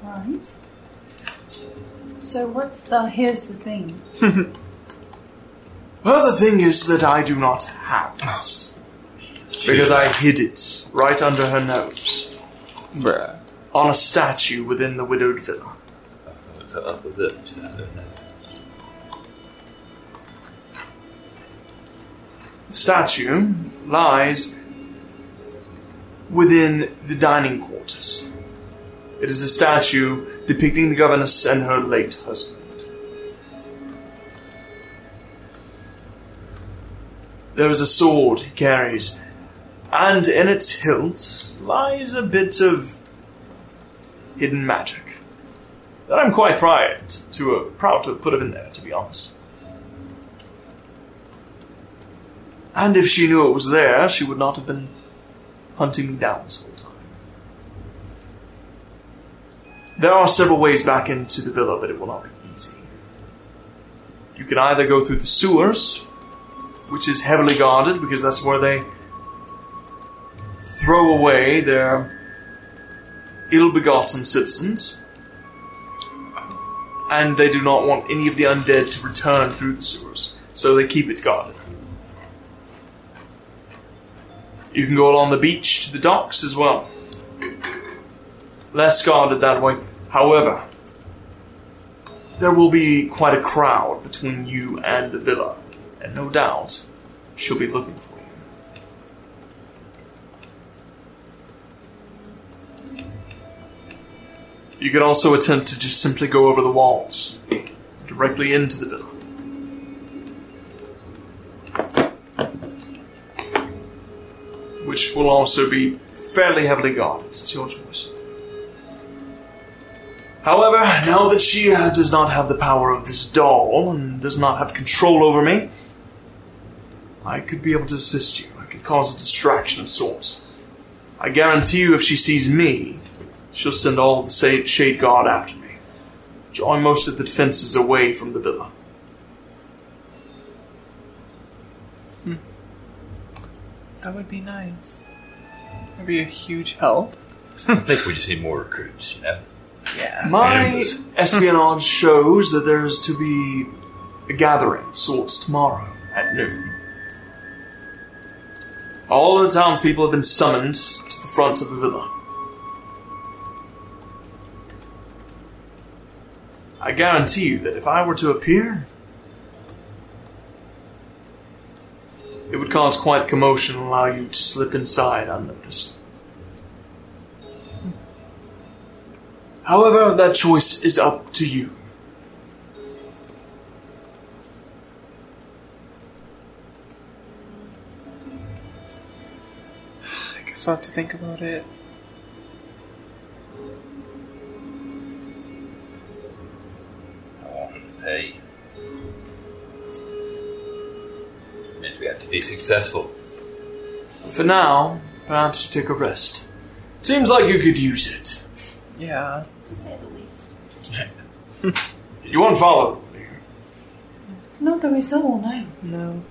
C: Right. So what's the? Here's the thing.
A: Well, the thing is that I do not have it. Because I hid it right under her nose
B: Bruh.
A: on a statue within the widowed villa.
D: What's up with this? I don't know.
A: The statue lies within the dining quarters. It is a statue depicting the governess and her late husband. There is a sword he carries, and in its hilt lies a bit of hidden magic that I'm quite proud to, uh, proud to have put in there, to be honest. And if she knew it was there, she would not have been hunting me down this whole time. There are several ways back into the villa, but it will not be easy. You can either go through the sewers, which is heavily guarded because that's where they throw away their ill begotten citizens. And they do not want any of the undead to return through the sewers, so they keep it guarded. You can go along the beach to the docks as well. Less guarded that way. However, there will be quite a crowd between you and the villa, and no doubt she'll be looking for you. You could also attempt to just simply go over the walls, directly into the villa. which will also be fairly heavily guarded. It's your choice. However, now that she uh, does not have the power of this doll and does not have control over me, I could be able to assist you. I could cause a distraction of sorts. I guarantee you, if she sees me, she'll send all the sa- Shade Guard after me, drawing most of the defenses away from the villa.
B: That would be nice. That'd be a huge help.
D: I think we just need more recruits, you know?
B: Yeah.
A: My
D: Animals.
A: espionage shows that there is to be a gathering of sorts tomorrow at noon. All of the townspeople have been summoned to the front of the villa. I guarantee you that if I were to appear, it would cause quite commotion and allow you to slip inside unnoticed. However, that choice is up to you.
B: I guess we'll have to think about it.
D: I want them to pay. Means we have to be successful.
A: For now, perhaps you take a rest. Seems like you could use it.
B: Yeah.
F: To say the least.
A: You won't follow.
C: Not that we saw all night.
B: No.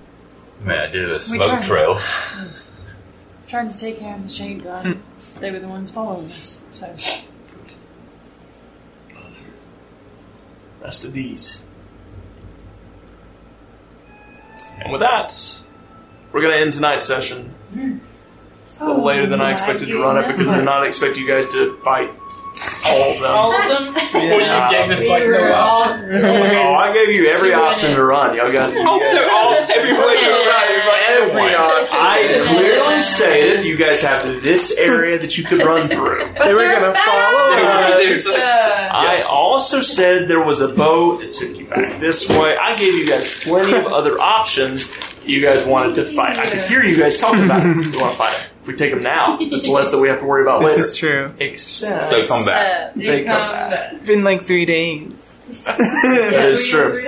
D: I mean, I did
C: tried.
D: a smoke trail.
C: Trying to take care of the shade guard.
B: Hmm.
C: they were the ones following us, so.
A: Best of these.
G: And with that,
A: We're gonna end tonight's session. It's a
H: Oh,
A: little later than I expected
C: Oh,
A: to run it because I did not expect you guys to fight all of them.
C: All of them?
A: Yeah.
D: us
H: We were all
A: Oh, I gave you every
H: Two
A: option to
H: minutes.
A: run. Y'all got you guys-
B: Oh, everywhere
H: you're
A: Every option. I clearly stated you guys have this area that you could run through.
B: They were gonna follow us.
A: I also said there was a bow that took you back this way. I gave you guys plenty of other options you guys wanted to fight. I could hear you guys talking about it. We want to fight it. If we take them now, it's less that we have to worry about
B: This
A: later.
B: is true.
A: Except
D: They'll come back.
C: Uh,
A: They come
B: It's been like three days.
A: that
B: that
A: is true.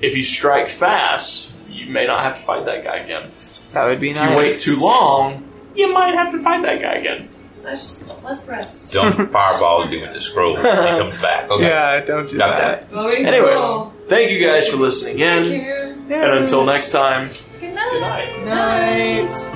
A: If you strike fast, you may not have to fight that guy again.
B: would be
A: If
B: nice.
A: you wait too long, you might have to fight that guy again.
F: Let's, let's rest.
D: Don't fireball do with the scroll. He comes back. Okay.
B: Yeah, don't do
D: Got
B: that.
A: Anyways, thank you guys for listening in,
F: Thank you.
A: and until next time,
F: Good night.
A: good night.
B: night.